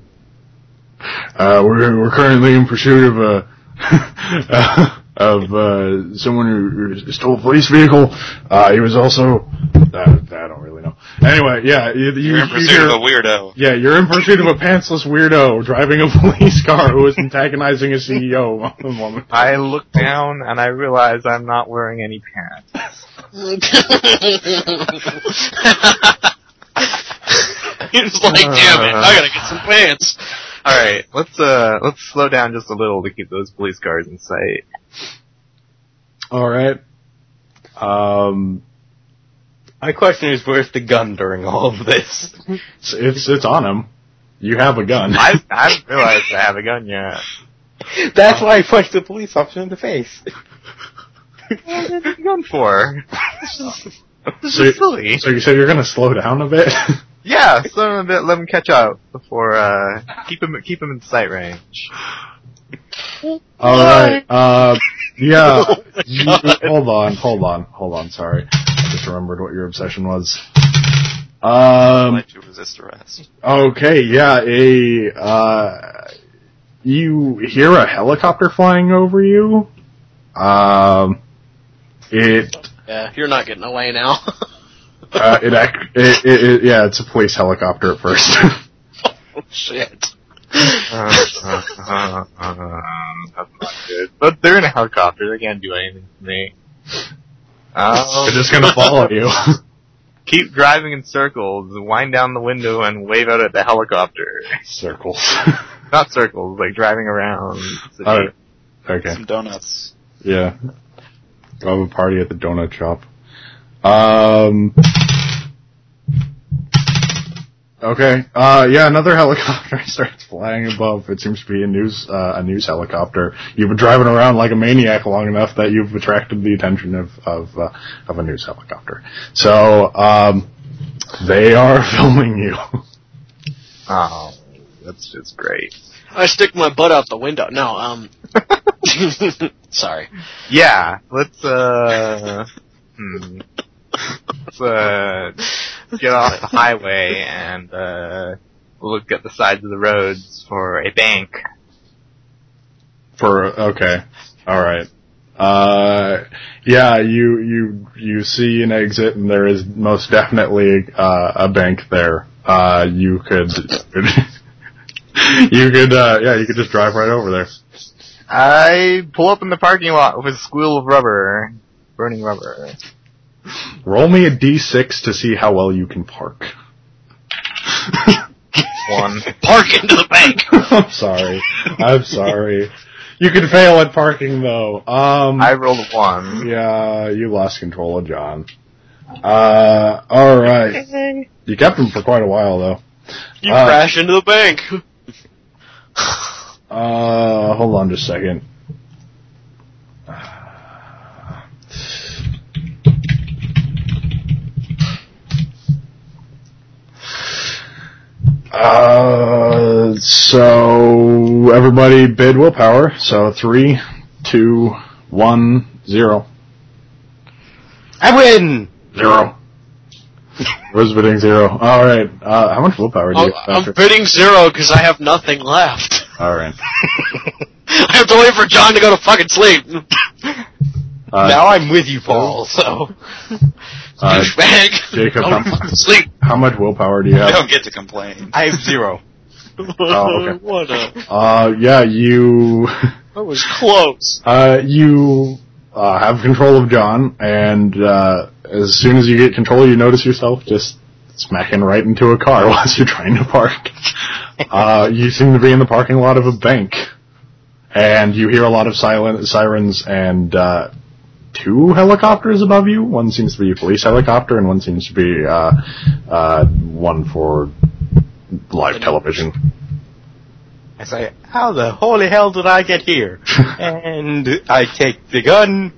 S3: Uh, we're we're currently in pursuit of a of uh, someone who who stole a police vehicle. Uh, he was also uh, I don't really know. Anyway, yeah, you, you,
S7: You're in
S3: you
S7: pursuit
S3: hear,
S7: of a weirdo.
S3: Yeah, you're in pursuit of a pantsless weirdo driving a police car who is antagonizing a CEO woman.
S2: I look down and I realize I'm not wearing any pants.
S5: he was like, "Damn it, I gotta get some pants."
S2: All right, let's uh let's slow down just a little to keep those police cars in sight.
S3: All right. Um,
S6: My question is, where's the gun during all of this?
S3: it's it's, it's on him. You have a gun.
S2: I I haven't realized I have a gun yet.
S6: That's why I punched the police officer in the face.
S2: What is it gun for? This is- This
S3: So-
S2: is silly.
S3: so you said you're gonna slow down a bit.
S2: Yeah, slow him a bit. Let him catch up before uh keep him keep him in sight range.
S3: All right. Uh, yeah.
S7: Oh
S3: You- hold on, hold on, hold on. Sorry, I just remembered what your obsession was. Um,
S7: Let you resist arrest.
S3: Okay, yeah, a uh, you hear a helicopter flying over you. Um, it
S5: Yeah, you're not getting away now.
S3: uh, it, ac- it, it, it yeah, it's a police helicopter at first.
S5: Shit.
S2: Uh, uh, uh, uh, that's not good. But they're in a helicopter. They can't do anything to me. Um,
S7: Oh.
S3: They're just gonna follow you.
S2: keep driving in circles, wind down the window, and wave out at the helicopter.
S3: Circles.
S2: Not circles, like driving around. the
S3: All
S2: city.
S3: right. Okay.
S7: Some donuts.
S3: Yeah. Go have a party at the donut shop. Um. Okay. Uh, yeah, another helicopter starts flying above. It seems to be a news uh, a news helicopter. You've been driving around like a maniac long enough that you've attracted the attention of of uh, of a news helicopter. So um, they are filming you.
S2: Oh, that's just great.
S5: I stick my butt out the window. No, um. Sorry.
S2: Yeah, let's uh, hmm, let's uh, get off the highway and uh, look at the sides of the roads for a bank.
S3: For okay, all right. Uh, yeah, you you you see an exit, and there is most definitely uh, a bank there. Uh, you could you could uh, yeah, you could just drive right over there.
S2: I pull up in the parking lot with a squeal of rubber, burning rubber.
S3: Roll me a d6 to see how well you can park.
S2: One.
S5: Park into the bank.
S3: I'm sorry. I'm sorry. You can fail at parking though. Um,
S2: I rolled a one.
S3: Yeah, you lost control of John. Uh, alright. You kept him for quite a while though.
S5: You
S3: Uh,
S5: crash into the bank.
S3: Uh, hold on just a second. Uh, so everybody bid willpower. So three, two, one, zero,
S6: I win.
S3: zero. Rose bidding zero. All right. Uh, how much willpower do you
S5: I'm,
S3: have?
S5: Oh, I'm
S3: after-
S5: bidding zero because I have nothing left.
S3: All right.
S5: I have to wait for John to go to fucking sleep.
S3: Uh,
S6: now I'm with you, Paul. So
S3: Uh,
S5: douchebag.
S3: Jacob,
S5: Don't
S3: I'm-
S5: sleep.
S3: how much willpower do you
S7: You
S3: have?
S7: don't get to complain.
S6: I have zero.
S3: Oh, okay.
S5: What a,
S3: Uh, yeah, you,
S5: that was close.
S3: uh, you uh, have control of John, and uh, as soon as you get control, you notice yourself just smacking right into a car whilst you're trying to park. uh, you seem to be in the parking lot of a bank, and you hear a lot of silent sirens and. Uh, Two helicopters above you. One seems to be a police helicopter, and one seems to be uh, uh, one for live television.
S6: I say, how the holy hell did I get here? and I take the gun,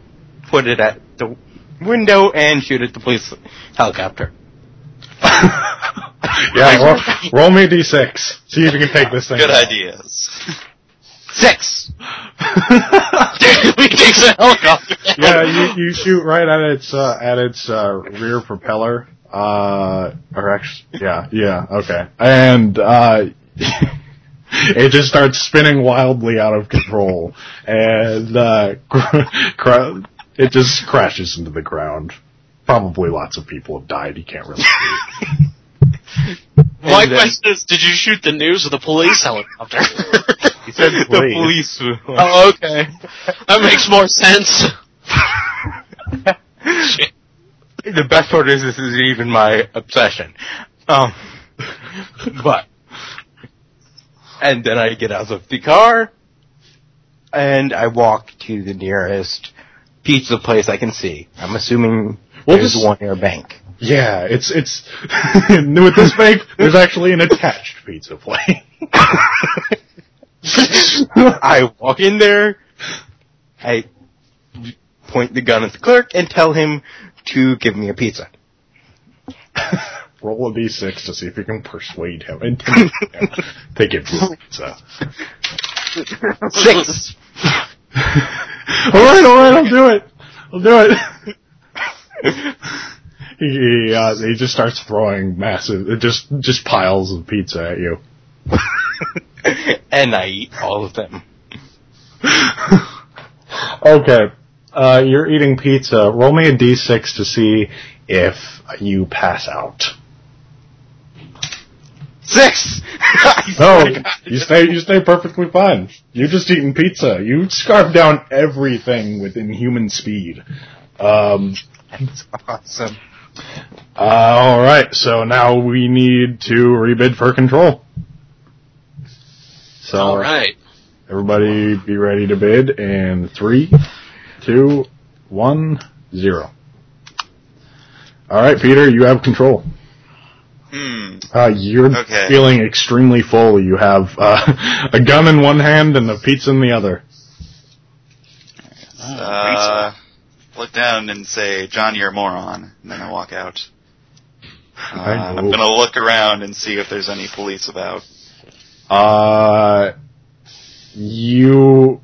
S6: put it at the window, and shoot at the police helicopter.
S3: Yeah, roll, roll me a d6. See if you can take this thing.
S7: Good
S3: out.
S7: ideas.
S5: Six. he takes a helicopter.
S3: Yeah, you, you shoot right at its uh, at its uh, rear propeller. Uh, or actually, yeah, yeah, okay. And uh, it just starts spinning wildly out of control, and uh, cr- it just crashes into the ground. Probably lots of people have died. You can't really.
S5: My
S6: And then-
S5: question is, did you shoot the news or the police helicopter?
S6: He said the
S2: police.
S6: police.
S5: oh, okay. That makes more sense. Shit.
S6: the best part is this is even my obsession. Um, but and then I get out of the car and I walk to the nearest pizza place I can see. I'm assuming
S3: We'll
S6: there's
S3: just-
S6: one near a bank.
S3: Yeah, it's it's with this bank. There's actually an attached pizza place.
S6: I walk in there. I point the gun at the clerk and tell him to give me a pizza.
S3: Roll a d6 to see if you can persuade him and him to give you a pizza.
S6: Six.
S3: all right, all right, I'll do it. I'll do it. he, uh, he just starts throwing massive, it just just piles of pizza at you.
S6: and I eat all of them.
S3: Okay, uh, you're eating pizza. Roll me a d6 to see if you pass out.
S6: Six. I
S3: No,
S6: swear to God.
S3: you stay you stay perfectly fine. You're just eating pizza. You scarf down everything within human speed. Um,
S6: That's awesome.
S3: uh, all right, so now we need to rebid for control. So
S5: All right.
S3: everybody, be ready to bid in three, two, one, zero. All right, Peter, you have control.
S7: Hmm.
S3: Uh, you're
S7: Okay.
S3: feeling extremely full. You have uh, a gun in one hand and a pizza in the other.
S7: Uh, look down and say, John, you're a moron. And then I walk out. Uh,
S3: I know.
S7: I'm gonna look around and see if there's any police about.
S3: Uh, you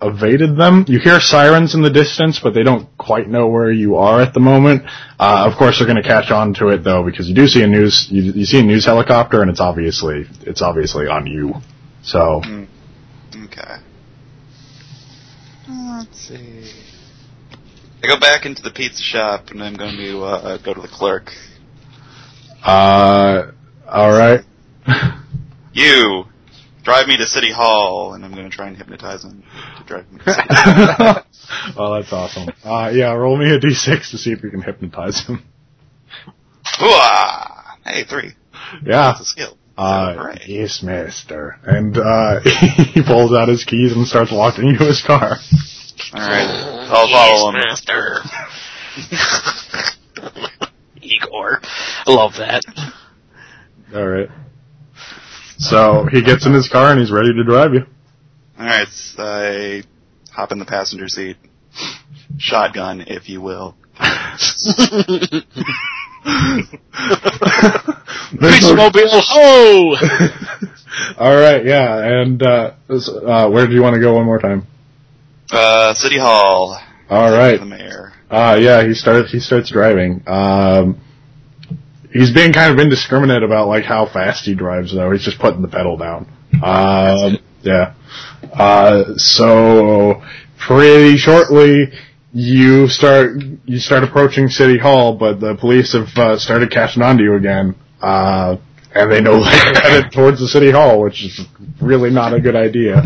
S3: evaded them. You hear sirens in the distance, but they don't quite know where you are at the moment. Uh, of course, they're going to catch on to it though, because you do see a news you, you see a news helicopter, and it's obviously it's obviously on you. So
S7: Okay. Let's see. I go back into the pizza shop and I'm going to uh, go to the clerk.
S3: uh, all right.
S7: You drive me to City Hall, and I'm going to try and hypnotize him to drive me. To City Hall.
S3: well, that's awesome. Uh, yeah, roll me a d6 to see if you can hypnotize him.
S7: Hoo-ah! Hey, three.
S3: Yeah,
S7: That's a skill.
S3: Uh,
S7: Alright.
S3: yes, master. And uh, he pulls out his keys and starts walking you to his car.
S7: All right, I'll follow
S3: Um,
S7: him.
S5: yes, Master. Igor. I love that.
S3: All right. So he gets in his car and he's ready to drive you.
S7: All right, so I hop in the passenger seat, shotgun, if you will.
S3: There's no-
S5: Mobile. Oh!
S3: All right, yeah. And uh, this- uh, where do you want to go one more time?
S7: Uh, City Hall.
S3: All right.
S7: The mayor.
S3: Uh, yeah, he starts. He starts driving. Um, he's being kind of indiscriminate about like how fast he drives, though. He's just putting the pedal down. Um, yeah. Uh, so pretty shortly, you start you start approaching city hall, but the police have uh, started catching on to you again, uh, and they know that you're headed towards the city hall, which is really not a good idea.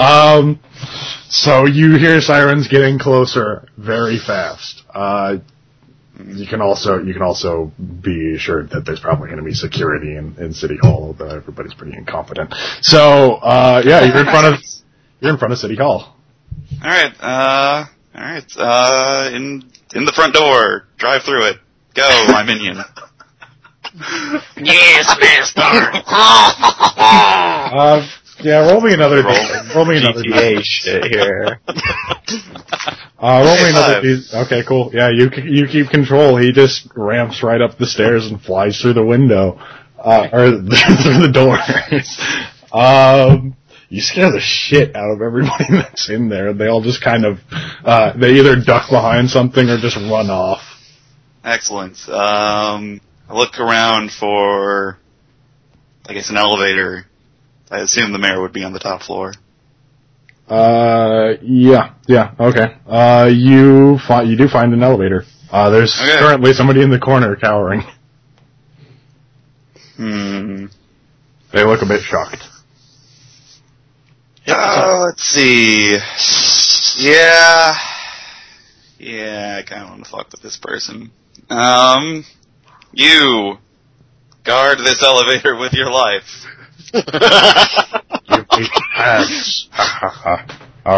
S3: Um, so you hear sirens getting closer very fast. Uh, you can also you can also be assured that there's probably going to be security in, in City Hall, although everybody's pretty incompetent. So uh, yeah, you're in front of you're in front of City Hall.
S7: All right. Uh, all right. Uh, in in the front door. Drive through it. Go, my minion.
S5: Yes, master.
S3: Uh, yeah, roll me another
S7: Roll.
S3: D. Roll me another D.
S2: GTA shit here.
S3: Uh, roll me another
S7: Five.
S3: D. Okay, cool. Yeah, you c- you keep control. He just ramps right up the stairs and flies through the window, uh, or through the door. um, you scare the shit out of everybody that's in there. They all just kind of uh, they either duck behind something or just run off.
S7: Excellent. Um, I look around for, I guess, an elevator. I assume the mayor would be on the top floor.
S3: Uh, yeah, yeah, okay. Uh, you find you do find an elevator. Uh, there's
S7: Okay.
S3: currently somebody in the corner cowering.
S7: Hmm.
S3: They look a bit shocked.
S7: Uh, let's see. Yeah. Yeah, I kind of want to fuck with this person. Um, you guard this elevator with your life.
S3: All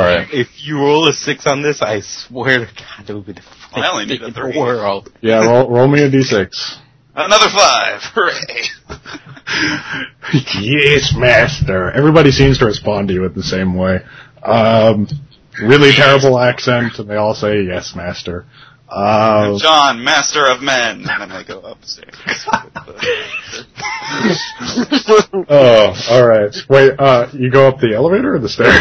S3: right.
S6: If you roll a six on this, I swear to God, it would be the
S7: Well, I only
S6: funniest
S7: need
S6: thing
S7: a
S6: in
S7: three.
S6: the world.
S3: Yeah, roll, roll me a d6.
S7: Another five. Hooray.
S3: yes, master. Everybody seems to respond to you in the same way. Um, really terrible accent, and they all say, yes, master. Uh,
S7: John, master of men. And then I go upstairs.
S3: oh, alright. Wait, uh, you go up the elevator or the stairs?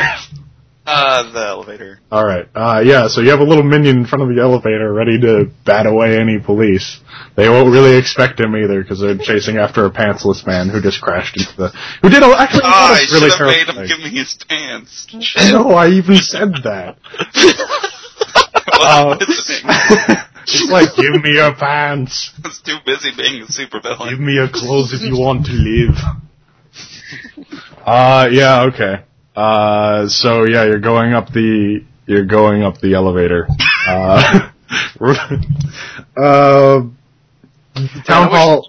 S7: uh, the elevator.
S3: All right. Uh, yeah. So you have a little minion in front of the elevator, ready to bat away any police. They won't really expect him either, because they're chasing after a pantsless man who just crashed into the. Who did a, actually a lot
S7: Ah,
S3: of
S7: I
S3: really
S7: should have made
S3: terrible
S7: him
S3: things.
S7: give me his pants.
S3: No, I even said that.
S7: I
S3: Uh,
S7: wasn't listening.
S3: it's like, give me your pants.
S7: I was too busy being a supervillain.
S3: Give me your clothes if you want to live. Uh, yeah. Okay. Uh, so yeah, you're going up the you're going up the elevator. Uh, uh, town hall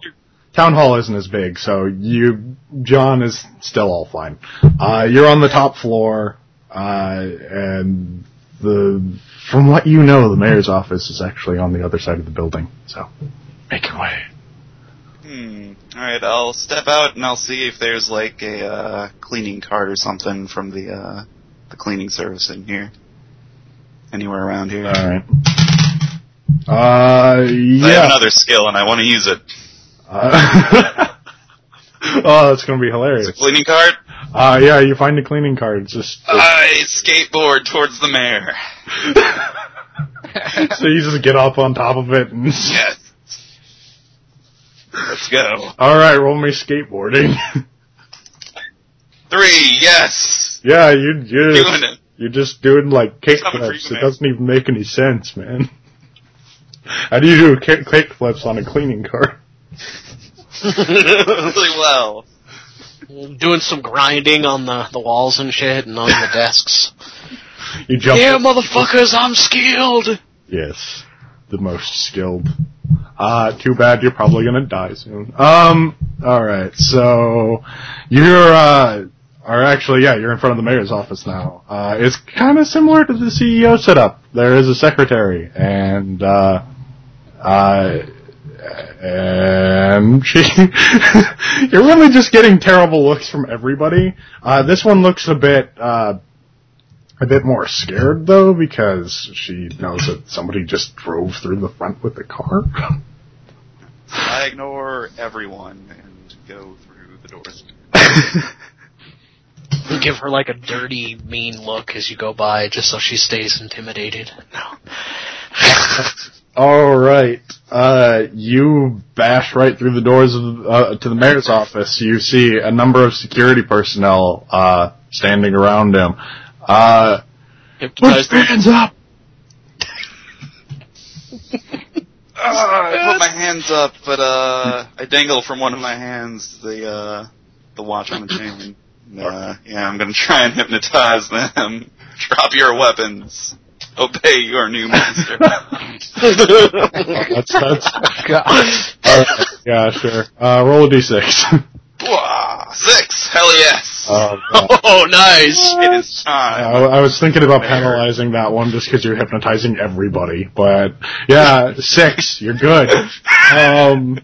S3: town hall isn't as big, so you John is still all fine. Uh, you're on the top floor, uh, and the from what you know, the mayor's office is actually on the other side of the building. So make your way.
S7: Hmm. All right, I'll step out and I'll see if there's like a uh, cleaning cart or something from the uh, the cleaning service in here. Anywhere around here.
S3: All right. Uh,
S7: I have
S3: yeah.
S7: another skill and I want to use it.
S3: Uh, oh, that's gonna be
S7: It's a
S3: hilarious.
S7: cleaning cart.
S3: Uh, yeah, you find the cleaning card. It's just
S7: I skateboard towards the mayor.
S3: so you just get up on top of it and.
S7: Yes. Let's go.
S3: All right, roll me skateboarding.
S7: Three. Yes.
S3: yeah, you you
S7: Doing it.
S3: you're just doing like kick
S7: Coming for
S3: flips.
S7: you,
S3: It
S7: man.
S3: doesn't even make any sense, man. How do you do kick, kick flips on a cleaning card?
S7: Really well.
S5: Doing some grinding on the, the walls and shit and on the desks.
S3: You jump.
S5: yeah, motherfuckers, I'm skilled.
S3: Yes, the most skilled. Uh, too bad you're probably gonna die soon. Um, alright, so, you're, uh, or actually, yeah, you're in front of the mayor's office now. Uh, it's kinda similar to the CEO setup. There is a secretary, and, uh, uh, and she, you're really just getting terrible looks from everybody. Uh, this one looks a bit, uh, a bit more scared though because she knows that somebody just drove through the front with the car.
S7: I ignore everyone and go through the doors.
S5: You give her like a dirty, mean look as you go by, just so she stays intimidated. No.
S3: All right, uh, you bash right through the doors of, uh, to the mayor's office. You see a number of security personnel uh, standing around him. Uh, put your
S5: Hypnotized.
S3: hands up.
S7: I put my hands up, but uh, I dangle from one of my hands the uh, the watch on the chain. And, Uh, yeah, I'm gonna try and hypnotize them. Drop your weapons. Obey your new master.
S3: That's that's. Uh, yeah, sure. Uh, roll a d6.
S7: Bwah, Six. Hell yes.
S3: Oh, God.
S5: Oh, nice.
S7: it is time.
S3: I, I was thinking about penalizing that one just because you're hypnotizing everybody, but yeah, six, you're good. Um,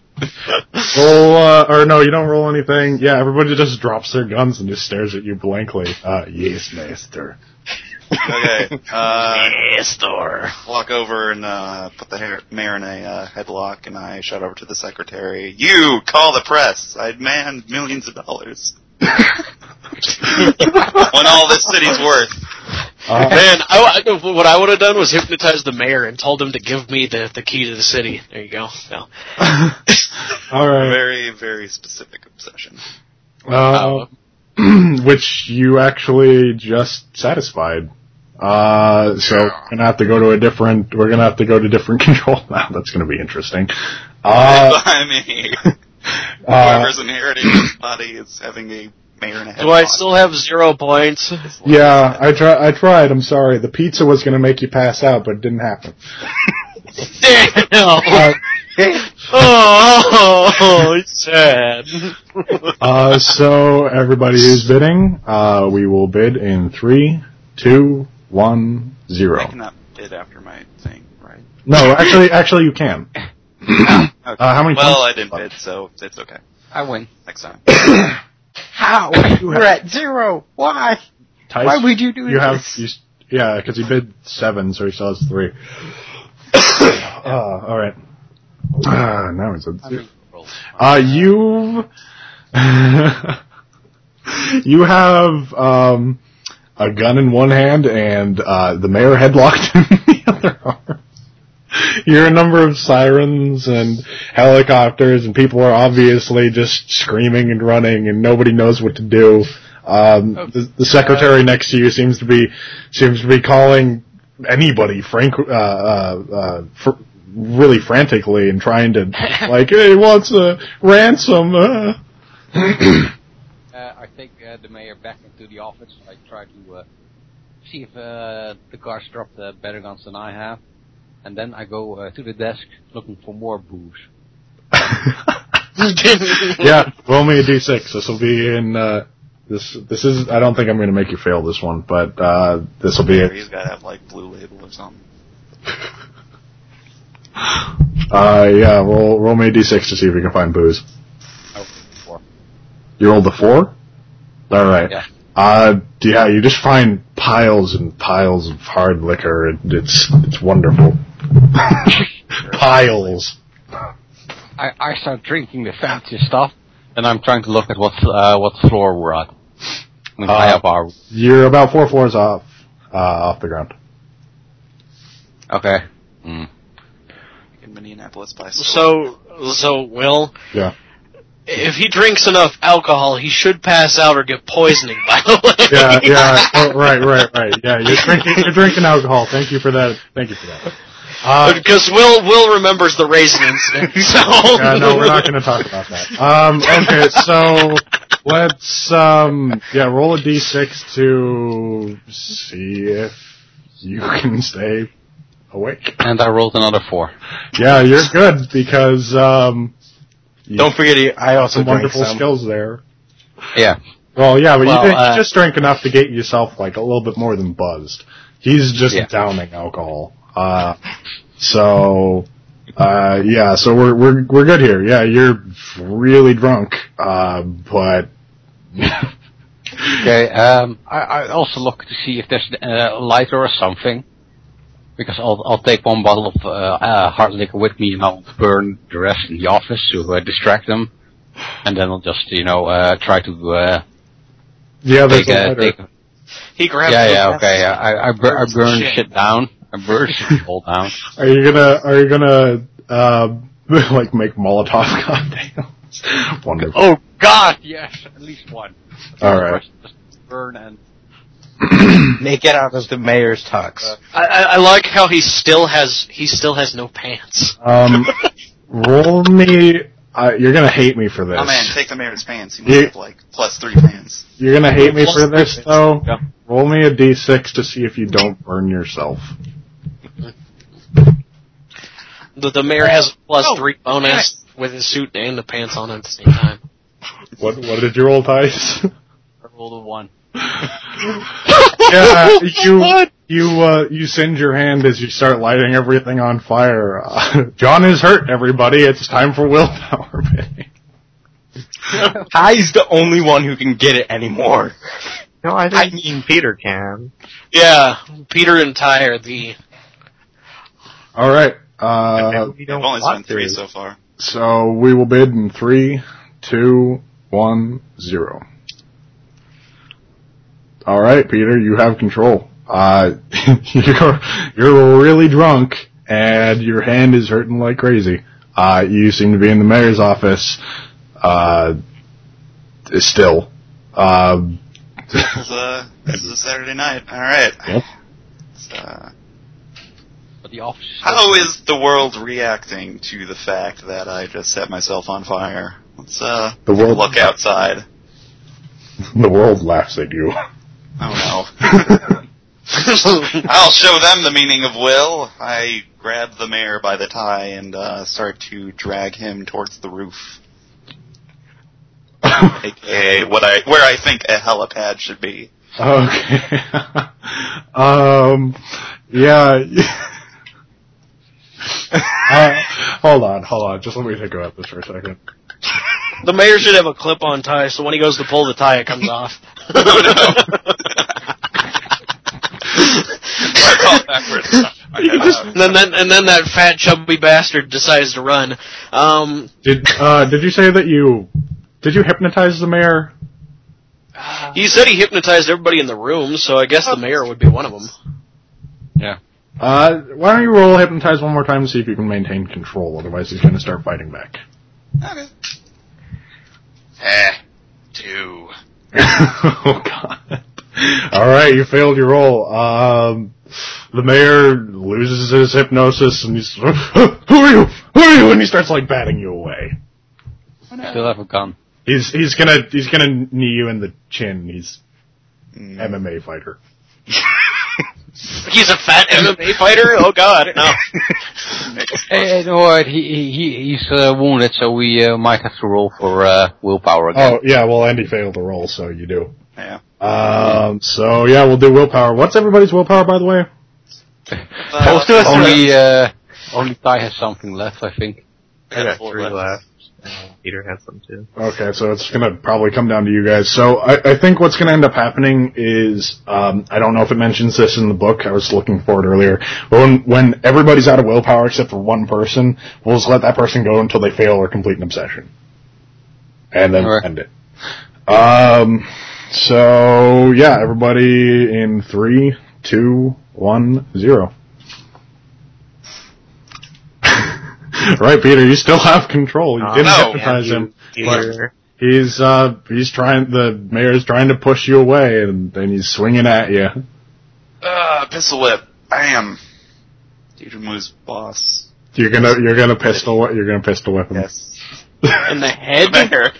S3: roll, uh, or no, you don't roll anything. Yeah, everybody just drops their guns and just stares at you blankly. Uh, yes, master.
S7: Okay. Uh,
S5: Yes, Thor.
S7: walk over and uh, put the hair, mayor in a uh, headlock, and I shout over to the secretary, "You call the press! I demand millions of dollars on all this city's worth."
S3: Uh,
S5: Man, I, I- what I would have done was hypnotize the mayor and told him to give me the, the key to the city. There you go. No.
S3: all right.
S7: Very, very specific obsession.
S3: Uh, which you actually just satisfied. Uh, so we're gonna have to go to a different. We're gonna have to go to different control now. That's gonna be interesting. Uh,
S7: By me,
S3: uh,
S7: whoever's inheriting this body is having a mayor in a headlock.
S5: Do I still have zero points?
S3: Yeah, I try. I tried. I'm sorry. The pizza was going to make you pass out, but it didn't happen.
S5: Damn.
S3: Uh,
S5: Oh, it's sad.
S3: uh, so everybody who's bidding, uh, we will bid in three, two, one,
S7: I
S3: zero.
S7: cannot bid after my thing, right?
S3: No, actually, actually, you can.
S7: Okay.
S3: Uh, how many
S7: Well, I
S3: points?
S7: didn't bid, so it's okay.
S6: I win.
S7: Next time.
S6: How? We're at zero. Why?
S3: Tice,
S6: Why would you do
S3: you have?
S6: this?
S3: You, s- yeah, because he bid seven, so he still has three. uh, all right. Uh, now it's a zero. Uh, you you have um, a gun in one hand and uh, the mayor headlocked in the other arm. You're a number of sirens and helicopters, and people are obviously just screaming and running, and nobody knows what to do. Um, the, the secretary next to you seems to be seems to be calling anybody frank uh, uh, uh, fr- really frantically and trying to like, hey, wants a ransom? Uh.
S8: Uh, I take uh, the mayor back into the office. I try to uh, see if uh, the guards dropped uh, better guns than I have. And then I go uh, to the desk looking for more booze.
S3: yeah, roll me a d6. This will be in uh, this. This is. I don't think I'm going to make you fail this one, but uh, this will be
S7: Mayor,
S3: it.
S7: he's got to have like blue label or something.
S3: Uh, yeah, roll roll me a d6 to see if you can find booze.
S8: Oh, four.
S3: You rolled a four. All right.
S8: Yeah.
S3: Uh, yeah, you just find piles and piles of hard liquor. and It's it's wonderful. piles.
S8: I, I start drinking the fancy stuff, and I'm trying to look at what uh, what floor we're on. I mean,
S3: Uh,
S8: high up are we?
S3: You're about four floors off uh, off the ground.
S8: Okay.
S7: In Minneapolis by
S5: so, so Will,
S3: Yeah.
S5: if he drinks enough alcohol, he should pass out or get poisoning. By the way,
S3: yeah, yeah, oh, right, right, right. Yeah, you're drinking, you're drinking alcohol. Thank you for that. Thank you for that. Uh,
S5: because Will Will remembers the raisin incident. So
S3: yeah, no, we're not going to talk about that. Um, okay, so let's um, yeah, roll a d6 to see if you can stay awake.
S8: And I rolled another four.
S3: Yeah, you're good because um, you
S6: Don't forget, he- I
S3: got
S6: also
S3: some
S6: drank
S3: wonderful
S6: some.
S3: skills there.
S8: Yeah.
S3: Well, yeah, but
S8: Well,
S3: you, did,
S8: uh,
S3: you just drank enough to get yourself like a little bit more than buzzed. He's just
S8: Yeah.
S3: downing alcohol. Uh, so, uh, yeah, so we're we're we're good here. Yeah, you're really drunk, uh, but
S8: Okay. Um, I, I also look to see if there's uh, a lighter or something, because I'll I'll take one bottle of uh, uh, hard liquor with me, and I'll burn the rest in the office to uh, distract them, and then I'll just you know uh, try to uh,
S3: yeah, there's
S8: take a
S3: a lighter.
S8: take. a-
S5: he grabs.
S8: Yeah,
S5: the
S8: yeah.
S5: best-
S8: Okay. Yeah. I I, bur- I
S5: Burns the
S8: burn
S5: shit.
S8: shit down. I burn shit all down.
S3: Are you gonna are you gonna uh, like make Molotov cocktails? Wonderful.
S8: Oh God, yes, at least one.
S3: All right.
S8: Just burn and
S6: Make it out of the mayor's tux.
S5: I, I, I like how he still has he still has no pants.
S3: Um, roll me. Uh, you're gonna hate me for this.
S7: Oh man, take the mayor's pants. He
S3: You-
S7: must have like plus three pants.
S3: You're gonna hate me for
S5: Plus
S3: this
S5: six.
S3: though.
S2: Yeah.
S3: Roll me a d6 to see if you don't burn yourself.
S5: The, the mayor has a plus
S7: Oh,
S5: three bonus with his suit and the pants on at the same time.
S3: What What did you roll, Tice?
S6: I rolled a one.
S3: yeah, you you uh, you send your hand as you start lighting everything on fire. Uh, John is hurt. Everybody, it's time for willpower. Benny.
S6: Ty's the only one who can get it anymore.
S2: No, I think Peter can.
S5: Yeah, Peter and Ty are the
S3: All right. Uh,
S2: we
S7: I've
S2: don't
S7: only spent
S2: want
S7: three
S2: to.
S7: so far.
S3: so we will bid in three, two, one, zero. All right, Peter, you have control. Uh, you're you're really drunk, and your hand is hurting like crazy. Uh, you seem to be in the mayor's office. Uh, still. Um,
S7: This is a this is a Saturday night. All right.
S3: Yep.
S7: It's, uh,
S8: But the office is
S7: how is the world reacting to the fact that I just set myself on fire? Let's uh
S3: The world-
S7: look outside.
S3: the world laughs at you.
S7: Oh no. I'll show them the meaning of will. I grab the mayor by the tie and uh, start to drag him towards the roof, aka what I where I think a helipad should be.
S3: Okay. um, yeah. Uh, hold on, hold on. Just let me think about this for a second.
S5: the mayor should have a clip on tie, so when he goes to pull the tie, it comes off.
S7: I fall backwards. I head out.
S5: and then, then and then that fat chubby bastard decides to run. Um,
S3: Did uh, did you say that you did you hypnotize the mayor?
S5: he said he hypnotized everybody in the room, so I guess the mayor would be one of them.
S3: Uh, why don't you roll hypnotize one more time to see if you can maintain control? Otherwise, he's going to start fighting back.
S7: Okay. Eh, two.
S3: oh god. All right, you failed your roll. Um, the mayor loses his hypnosis and he's who are you? Who are you? And he starts like batting you away.
S8: Still have a gun.
S3: He's he's gonna he's gonna knee you in the chin. He's MMA fighter.
S5: He's a fat MMA fighter. Oh God, no.
S8: Hey, hey, no, uh, he, he, he- he's uh, wounded, so we uh, might have to roll for uh, willpower again.
S3: Oh yeah, well Andy failed the roll, so you do.
S7: Yeah.
S3: Um. So yeah, we'll do willpower. What's everybody's willpower, by the way?
S7: Uh,
S8: only, uh, only Ty has something left, I think.
S2: I got
S7: four
S2: three
S7: left.
S2: left. and Peter has some too.
S3: Okay, so it's gonna probably come down to you guys. So I, I think what's gonna end up happening is um, I don't know if it mentions this in the book. I was looking for it earlier. But when when everybody's out of willpower except for one person, we'll just let that person go until they fail or complete an obsession, and then we'll
S8: Alright.
S3: end it. Um. So yeah, everybody in three, two, one, zero. right, Peter, you still have control. You
S2: Uh,
S3: didn't
S7: no.
S3: hypnotize
S2: Yeah,
S3: him.
S2: you-
S3: But-
S2: Peter.
S3: He's uh he's trying the mayor's trying to push you away and then he's swinging at you.
S7: Uh, pistol whip. Bam. Dude moves boss.
S3: You're gonna you're gonna pistol whi- you're gonna pistol whip him.
S7: Yes.
S5: In the head.
S7: Mayor.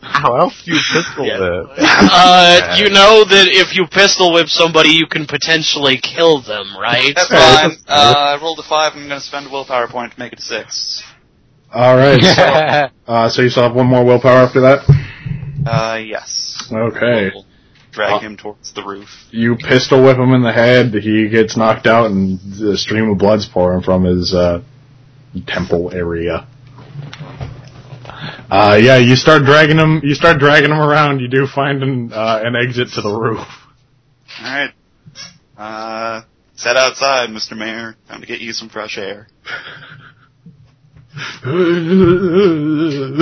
S2: How else do you pistol whip?
S5: Uh, you know that if you pistol whip somebody, you can potentially kill them, right?
S7: That's fine. Uh, I rolled a five. I'm gonna spend a willpower point to make it a six.
S3: All right. So,
S8: Yeah.
S3: uh, so you still have one more willpower after that.
S7: Uh, yes.
S3: Okay.
S7: We'll drag
S3: Uh,
S7: him towards the roof.
S3: You pistol whip him in the head. He gets knocked out and a stream of blood's pouring from his uh temple area. Uh yeah, you start dragging him. You start dragging him around. You do find an uh, an exit to the roof.
S7: All right. Uh, set outside, Mr. Mayor. Time to get you some fresh air.
S3: All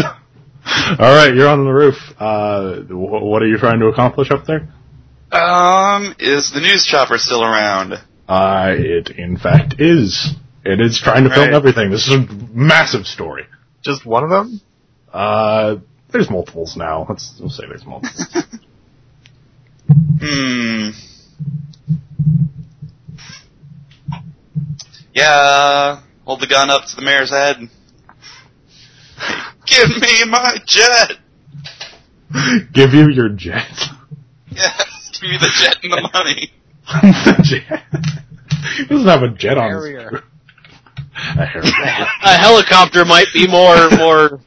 S3: right, you're on the roof. Uh, wh- what are you trying to accomplish up there?
S7: Um, is the news chopper still around?
S3: Uh, it in fact is. It is trying to film
S7: Right.
S3: everything. This is a massive story.
S2: Just one of them?
S3: Uh, there's multiples now. Let's, we'll say there's multiples.
S7: Hmm. Yeah, hold the gun up to the mayor's head. Give me my jet!
S3: Give you your jet.
S7: Yes, give me the jet and the money.
S3: the jet. He doesn't have a jet on. his-
S8: Harrier.
S3: A Harrier.
S5: A helicopter might be more more.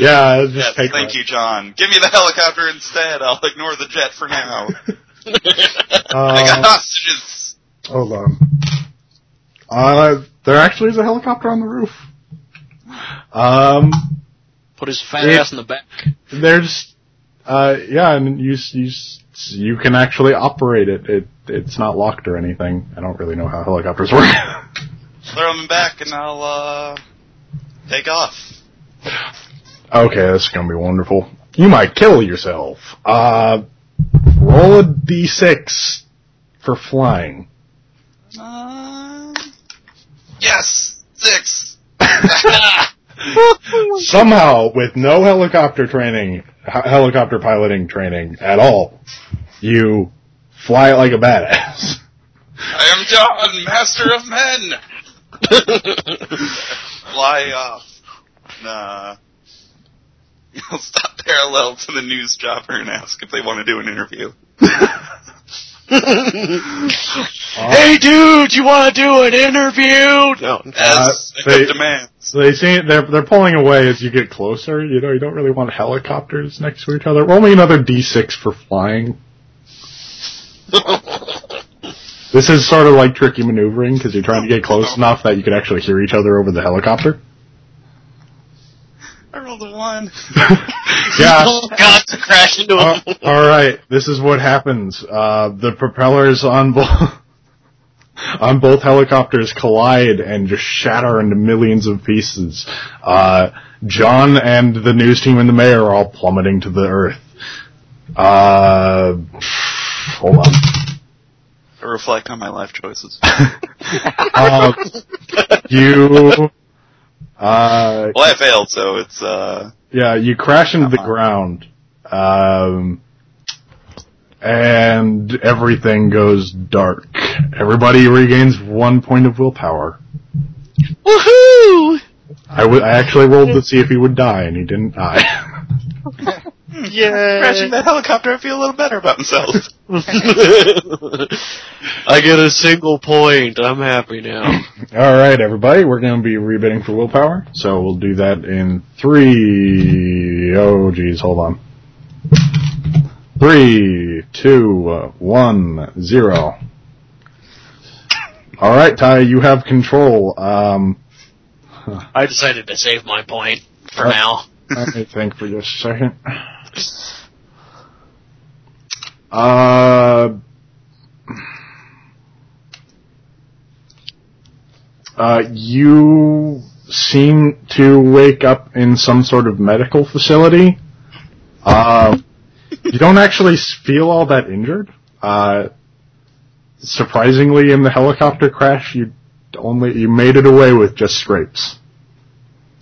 S3: yeah, just
S7: Yes,
S3: take
S7: thank you, John. Give me the helicopter instead. I'll ignore the jet for now. I got
S3: Uh,
S7: hostages.
S3: hold on. um, Uh, there actually is a helicopter on the roof. Um,
S5: Put his fat
S3: Yeah.
S5: ass in the back.
S3: there's, uh, yeah, and you s- you s- you can actually operate it. It it's not locked or anything. I don't really know how helicopters work.
S7: Throw them back and I'll, uh, take off.
S3: okay, this is gonna be wonderful. You might kill yourself. Uh, roll a d6 for flying.
S7: Um, yes! Six!
S3: Somehow, with no helicopter training, h- helicopter piloting training at all, you fly like a badass.
S7: I am John, master of men! Fly off. Nah. I'll stop parallel to the news chopper and ask if they want to do an interview.
S5: hey, dude, you want to do an interview? No.
S7: Yes,
S3: Uh,
S7: I have
S3: they-
S7: demands.
S3: So they see they're they're pulling away as you get closer. You know you don't really want helicopters next to each other. Roll me another d6 for flying. This is sort of like tricky maneuvering because you're trying to get close enough that you can actually hear each other over the helicopter.
S7: I rolled a one.
S3: yeah,
S5: Oh, God, to crash into
S3: Uh,
S5: him.
S3: all right, this is what happens. Uh, the propellers on both on both helicopters collide and just shatter into millions of pieces. Uh, John and the news team and the mayor are all plummeting to the earth. Uh, hold on.
S7: I reflect on my life choices.
S3: Uh, you. Uh,
S7: Well, I failed, so it's, uh,
S3: Yeah, you crash into the
S7: Uh-huh.
S3: ground, um, and everything goes dark. Everybody regains one point of willpower.
S5: Woohoo!
S3: I wa- I actually rolled to see if he would die, and he didn't die.
S7: crashing that helicopter, I feel a little better about myself.
S5: Uh, I get a single point. I'm happy now.
S3: All right, everybody, we're going to be rebidding for willpower, so we'll do that in three. Oh, geez, hold on. Three, two, uh, one, zero. All right, Ty, you have control. Um,
S5: I decided to save my point for
S3: Uh,
S5: now.
S3: let me think for just a second. Uh, uh, you seem to wake up in some sort of medical facility. Um, you don't actually s- feel all that injured. Uh, surprisingly, in the helicopter crash, you only you made it away with just scrapes.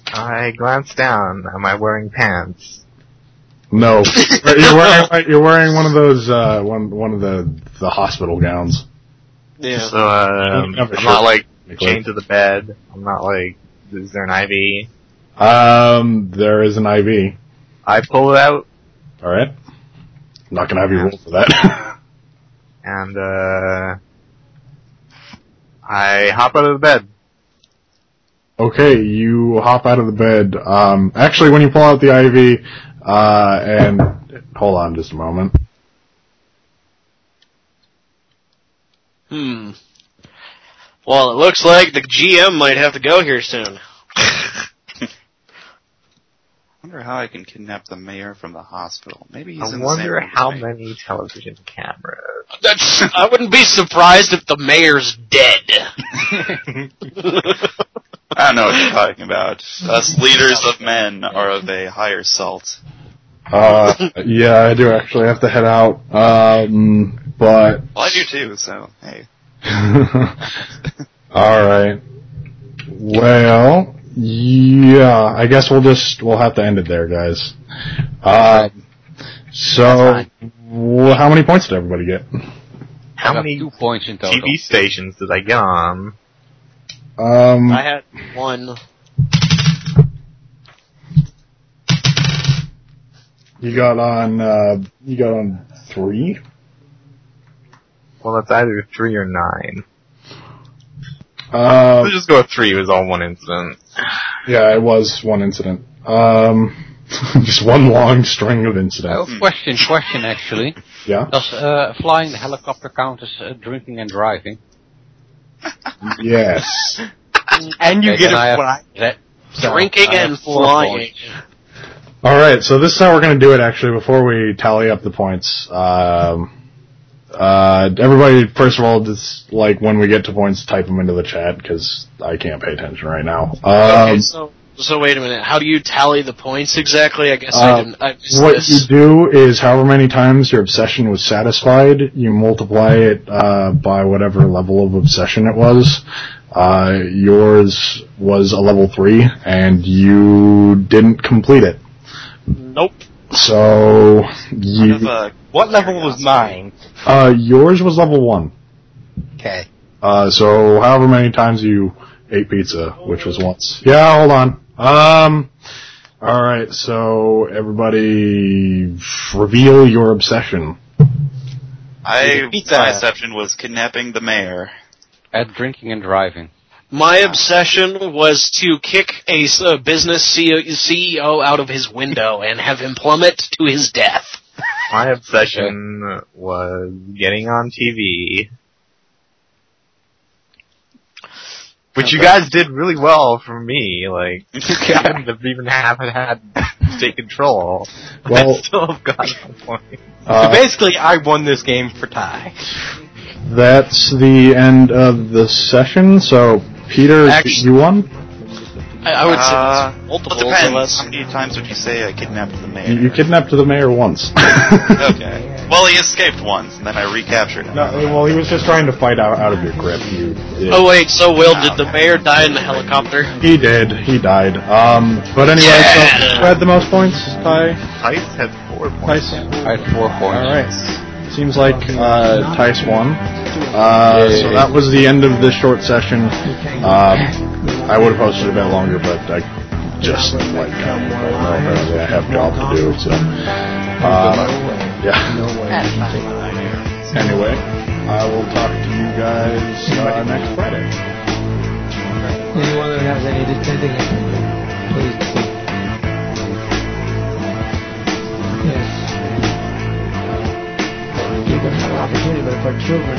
S2: I glance down. Am I wearing pants?
S3: No, you're wearing you're wearing one of those uh, one one of the the hospital gowns.
S5: Yeah.
S2: So um,
S3: You have a
S2: I'm not
S3: shirt.
S2: like chained to the bed. I'm not like. Is there an IV?
S3: Um, there is an IV.
S2: I pull it out
S3: All right, not gonna have you roll for that.
S2: and uh, I hop out of the bed.
S3: okay, you hop out of the bed. Um, actually, when you pull out the IV, uh, and hold on just a moment.
S5: Hmm. Well, it looks like the GM might have to go here soon.
S7: wonder how I can kidnap the mayor from the hospital. Maybe he's
S2: I
S7: in
S2: wonder
S7: San
S2: how
S7: Jose.
S2: many television cameras.
S5: That's. I wouldn't be surprised if the mayor's dead.
S7: I don't know what you're talking about. Us leaders of men are of a higher salt.
S3: Uh, yeah, I do actually have to head out. Um, but
S7: Well, I do too, so hey.
S3: All right. Well, yeah. I guess we'll just we'll have to end it there, guys. Uh, Um, so wh- how many points did everybody get?
S2: How
S9: I got
S2: many
S9: two points in total?
S2: TV stations did I get on?
S9: Mm.
S3: Um,
S5: I had one.
S3: you got on. Uh, you got on three.
S2: Well, that's either three or nine.
S3: Uh,
S2: Let's just go with three. It was all one incident.
S3: yeah, it was one incident. Um, just one long string of
S9: Oh,
S3: incidents.
S9: question, question actually.
S3: Yeah,
S9: Does uh, flying the helicopter count as uh, drinking and driving?
S3: yes.
S6: And you
S9: Okay,
S6: get
S9: then
S6: a
S9: I have-
S6: fly.
S9: That, so
S5: Drinking
S9: I have
S5: and
S9: four
S5: flying.
S9: points.
S3: All right, so this is how we're going to do it. Actually, before we tally up the points, um, uh, everybody, first of all, just like when we get to points, type them into the chat because I can't pay attention right now. Um,
S5: okay, so so wait a minute. How do you tally the points exactly? I guess
S3: Uh,
S5: I didn't. I missed
S3: what
S5: this.
S3: you do is, however many times your obsession was satisfied, you multiply it uh, by whatever level of obsession it was. Uh, yours was a level three, and you didn't complete it.
S5: Nope.
S3: So you.
S7: Kind of uh, a
S6: What level was mine?
S3: Uh, yours was level one.
S6: Okay.
S3: Uh, so however many times you ate pizza, which was once. Yeah, hold on. Um, all right. So everybody, reveal your obsession.
S7: I
S6: Pizza.
S7: my exception was kidnapping the mayor.
S9: At drinking and driving.
S5: My obsession was to kick a, s- a business E CEO, CEO out of his window and have him plummet to his death.
S2: My obsession was getting on TV. Which you guys did really well for me, like, I couldn't have even have had to take control.
S3: Well-
S2: I still have got one point.
S3: Uh,
S6: so basically, I won this game for tie.
S3: That's the end of the session. So Peter,
S5: Actually-
S3: you won.
S5: I, I would
S7: Uh,
S5: say it's
S7: Well,
S5: multiple.
S7: it depends.
S5: unless-
S7: How many times would you say I kidnapped the mayor?
S3: You, you kidnapped the mayor once.
S7: Okay. Well, he escaped once, and then I recaptured him.
S3: No, well, he was just trying to fight out out of your grip. You,
S5: Oh wait, so Will, did the mayor die in the helicopter?
S3: He did. He died. Um, but anyway, so
S5: Yeah.
S3: who had the most points? Ty.
S2: Tice had four points.
S3: Tice.
S9: I had four
S3: All
S9: points.
S3: right. Seems like uh, Tice won. Uh, so that was the end of this short session. Um, I would have posted a bit longer, but I just like got in the middle of it. apparently I have job to do. So uh, yeah.
S1: No way.
S10: That's fine.
S3: Anyway, I will talk to you guys uh, next Friday.
S1: Anyone that has any dissenting opinion, please. Yes. You're going to have an opportunity, but if our children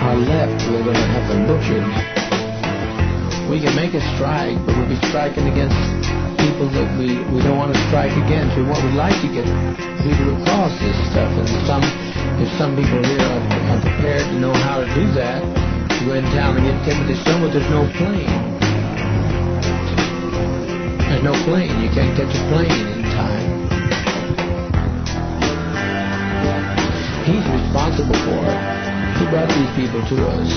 S1: are left, we're going to have them butchered. We can make a strike, but we'll be striking against people that we, we don't want to strike against. We want, we'd like to get people who cause this stuff, and some, if some people here are, are prepared to know how to do that, to go in town and get Timothy Summer, there's no plane. There's no plane. You can't catch a plane in time. He's responsible for it. He brought these people to us.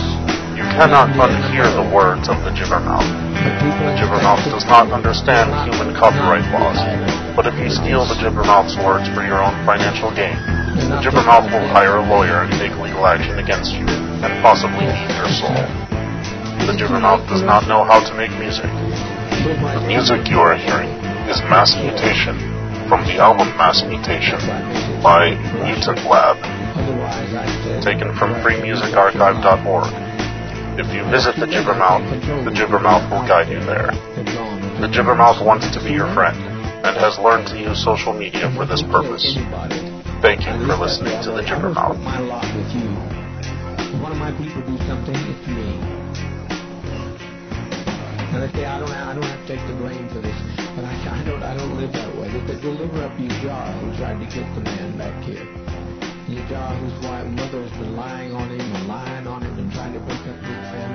S4: You cannot but hear the words of the Jibbermouth.
S1: The people
S4: The Jibbermouth does not understand human copyright laws. But if you steal the Jibbermouth's words for your own financial gain, the Jibbermouth will hire a lawyer and take legal action against you, and possibly eat your soul. The Jibbermouth does not know how to make music. The music you are hearing is Mass Mutation from the album Mass Mutation by Mutant Lab
S1: Otherwise, I'd say-
S4: taken from freemusicarchive.org. If you visit the Jibbermouth, the Jibbermouth will guide you there.
S1: They're gone.
S4: The Jibbermouth wants to be your friend and has learned to use social media for this purpose.
S1: Anybody.
S4: Thank you for listening to the
S1: I
S4: Jibbermouth.
S1: my lot with you. If one of my people do something, it's me. And they say I don't, I don't have to take the blame for this, but I, I don't, I don't live that way. They said deliver up Ujara who tried to get the man back here. Ujara whose wife, mother has been lying on him and lying on him and trying to break up his family.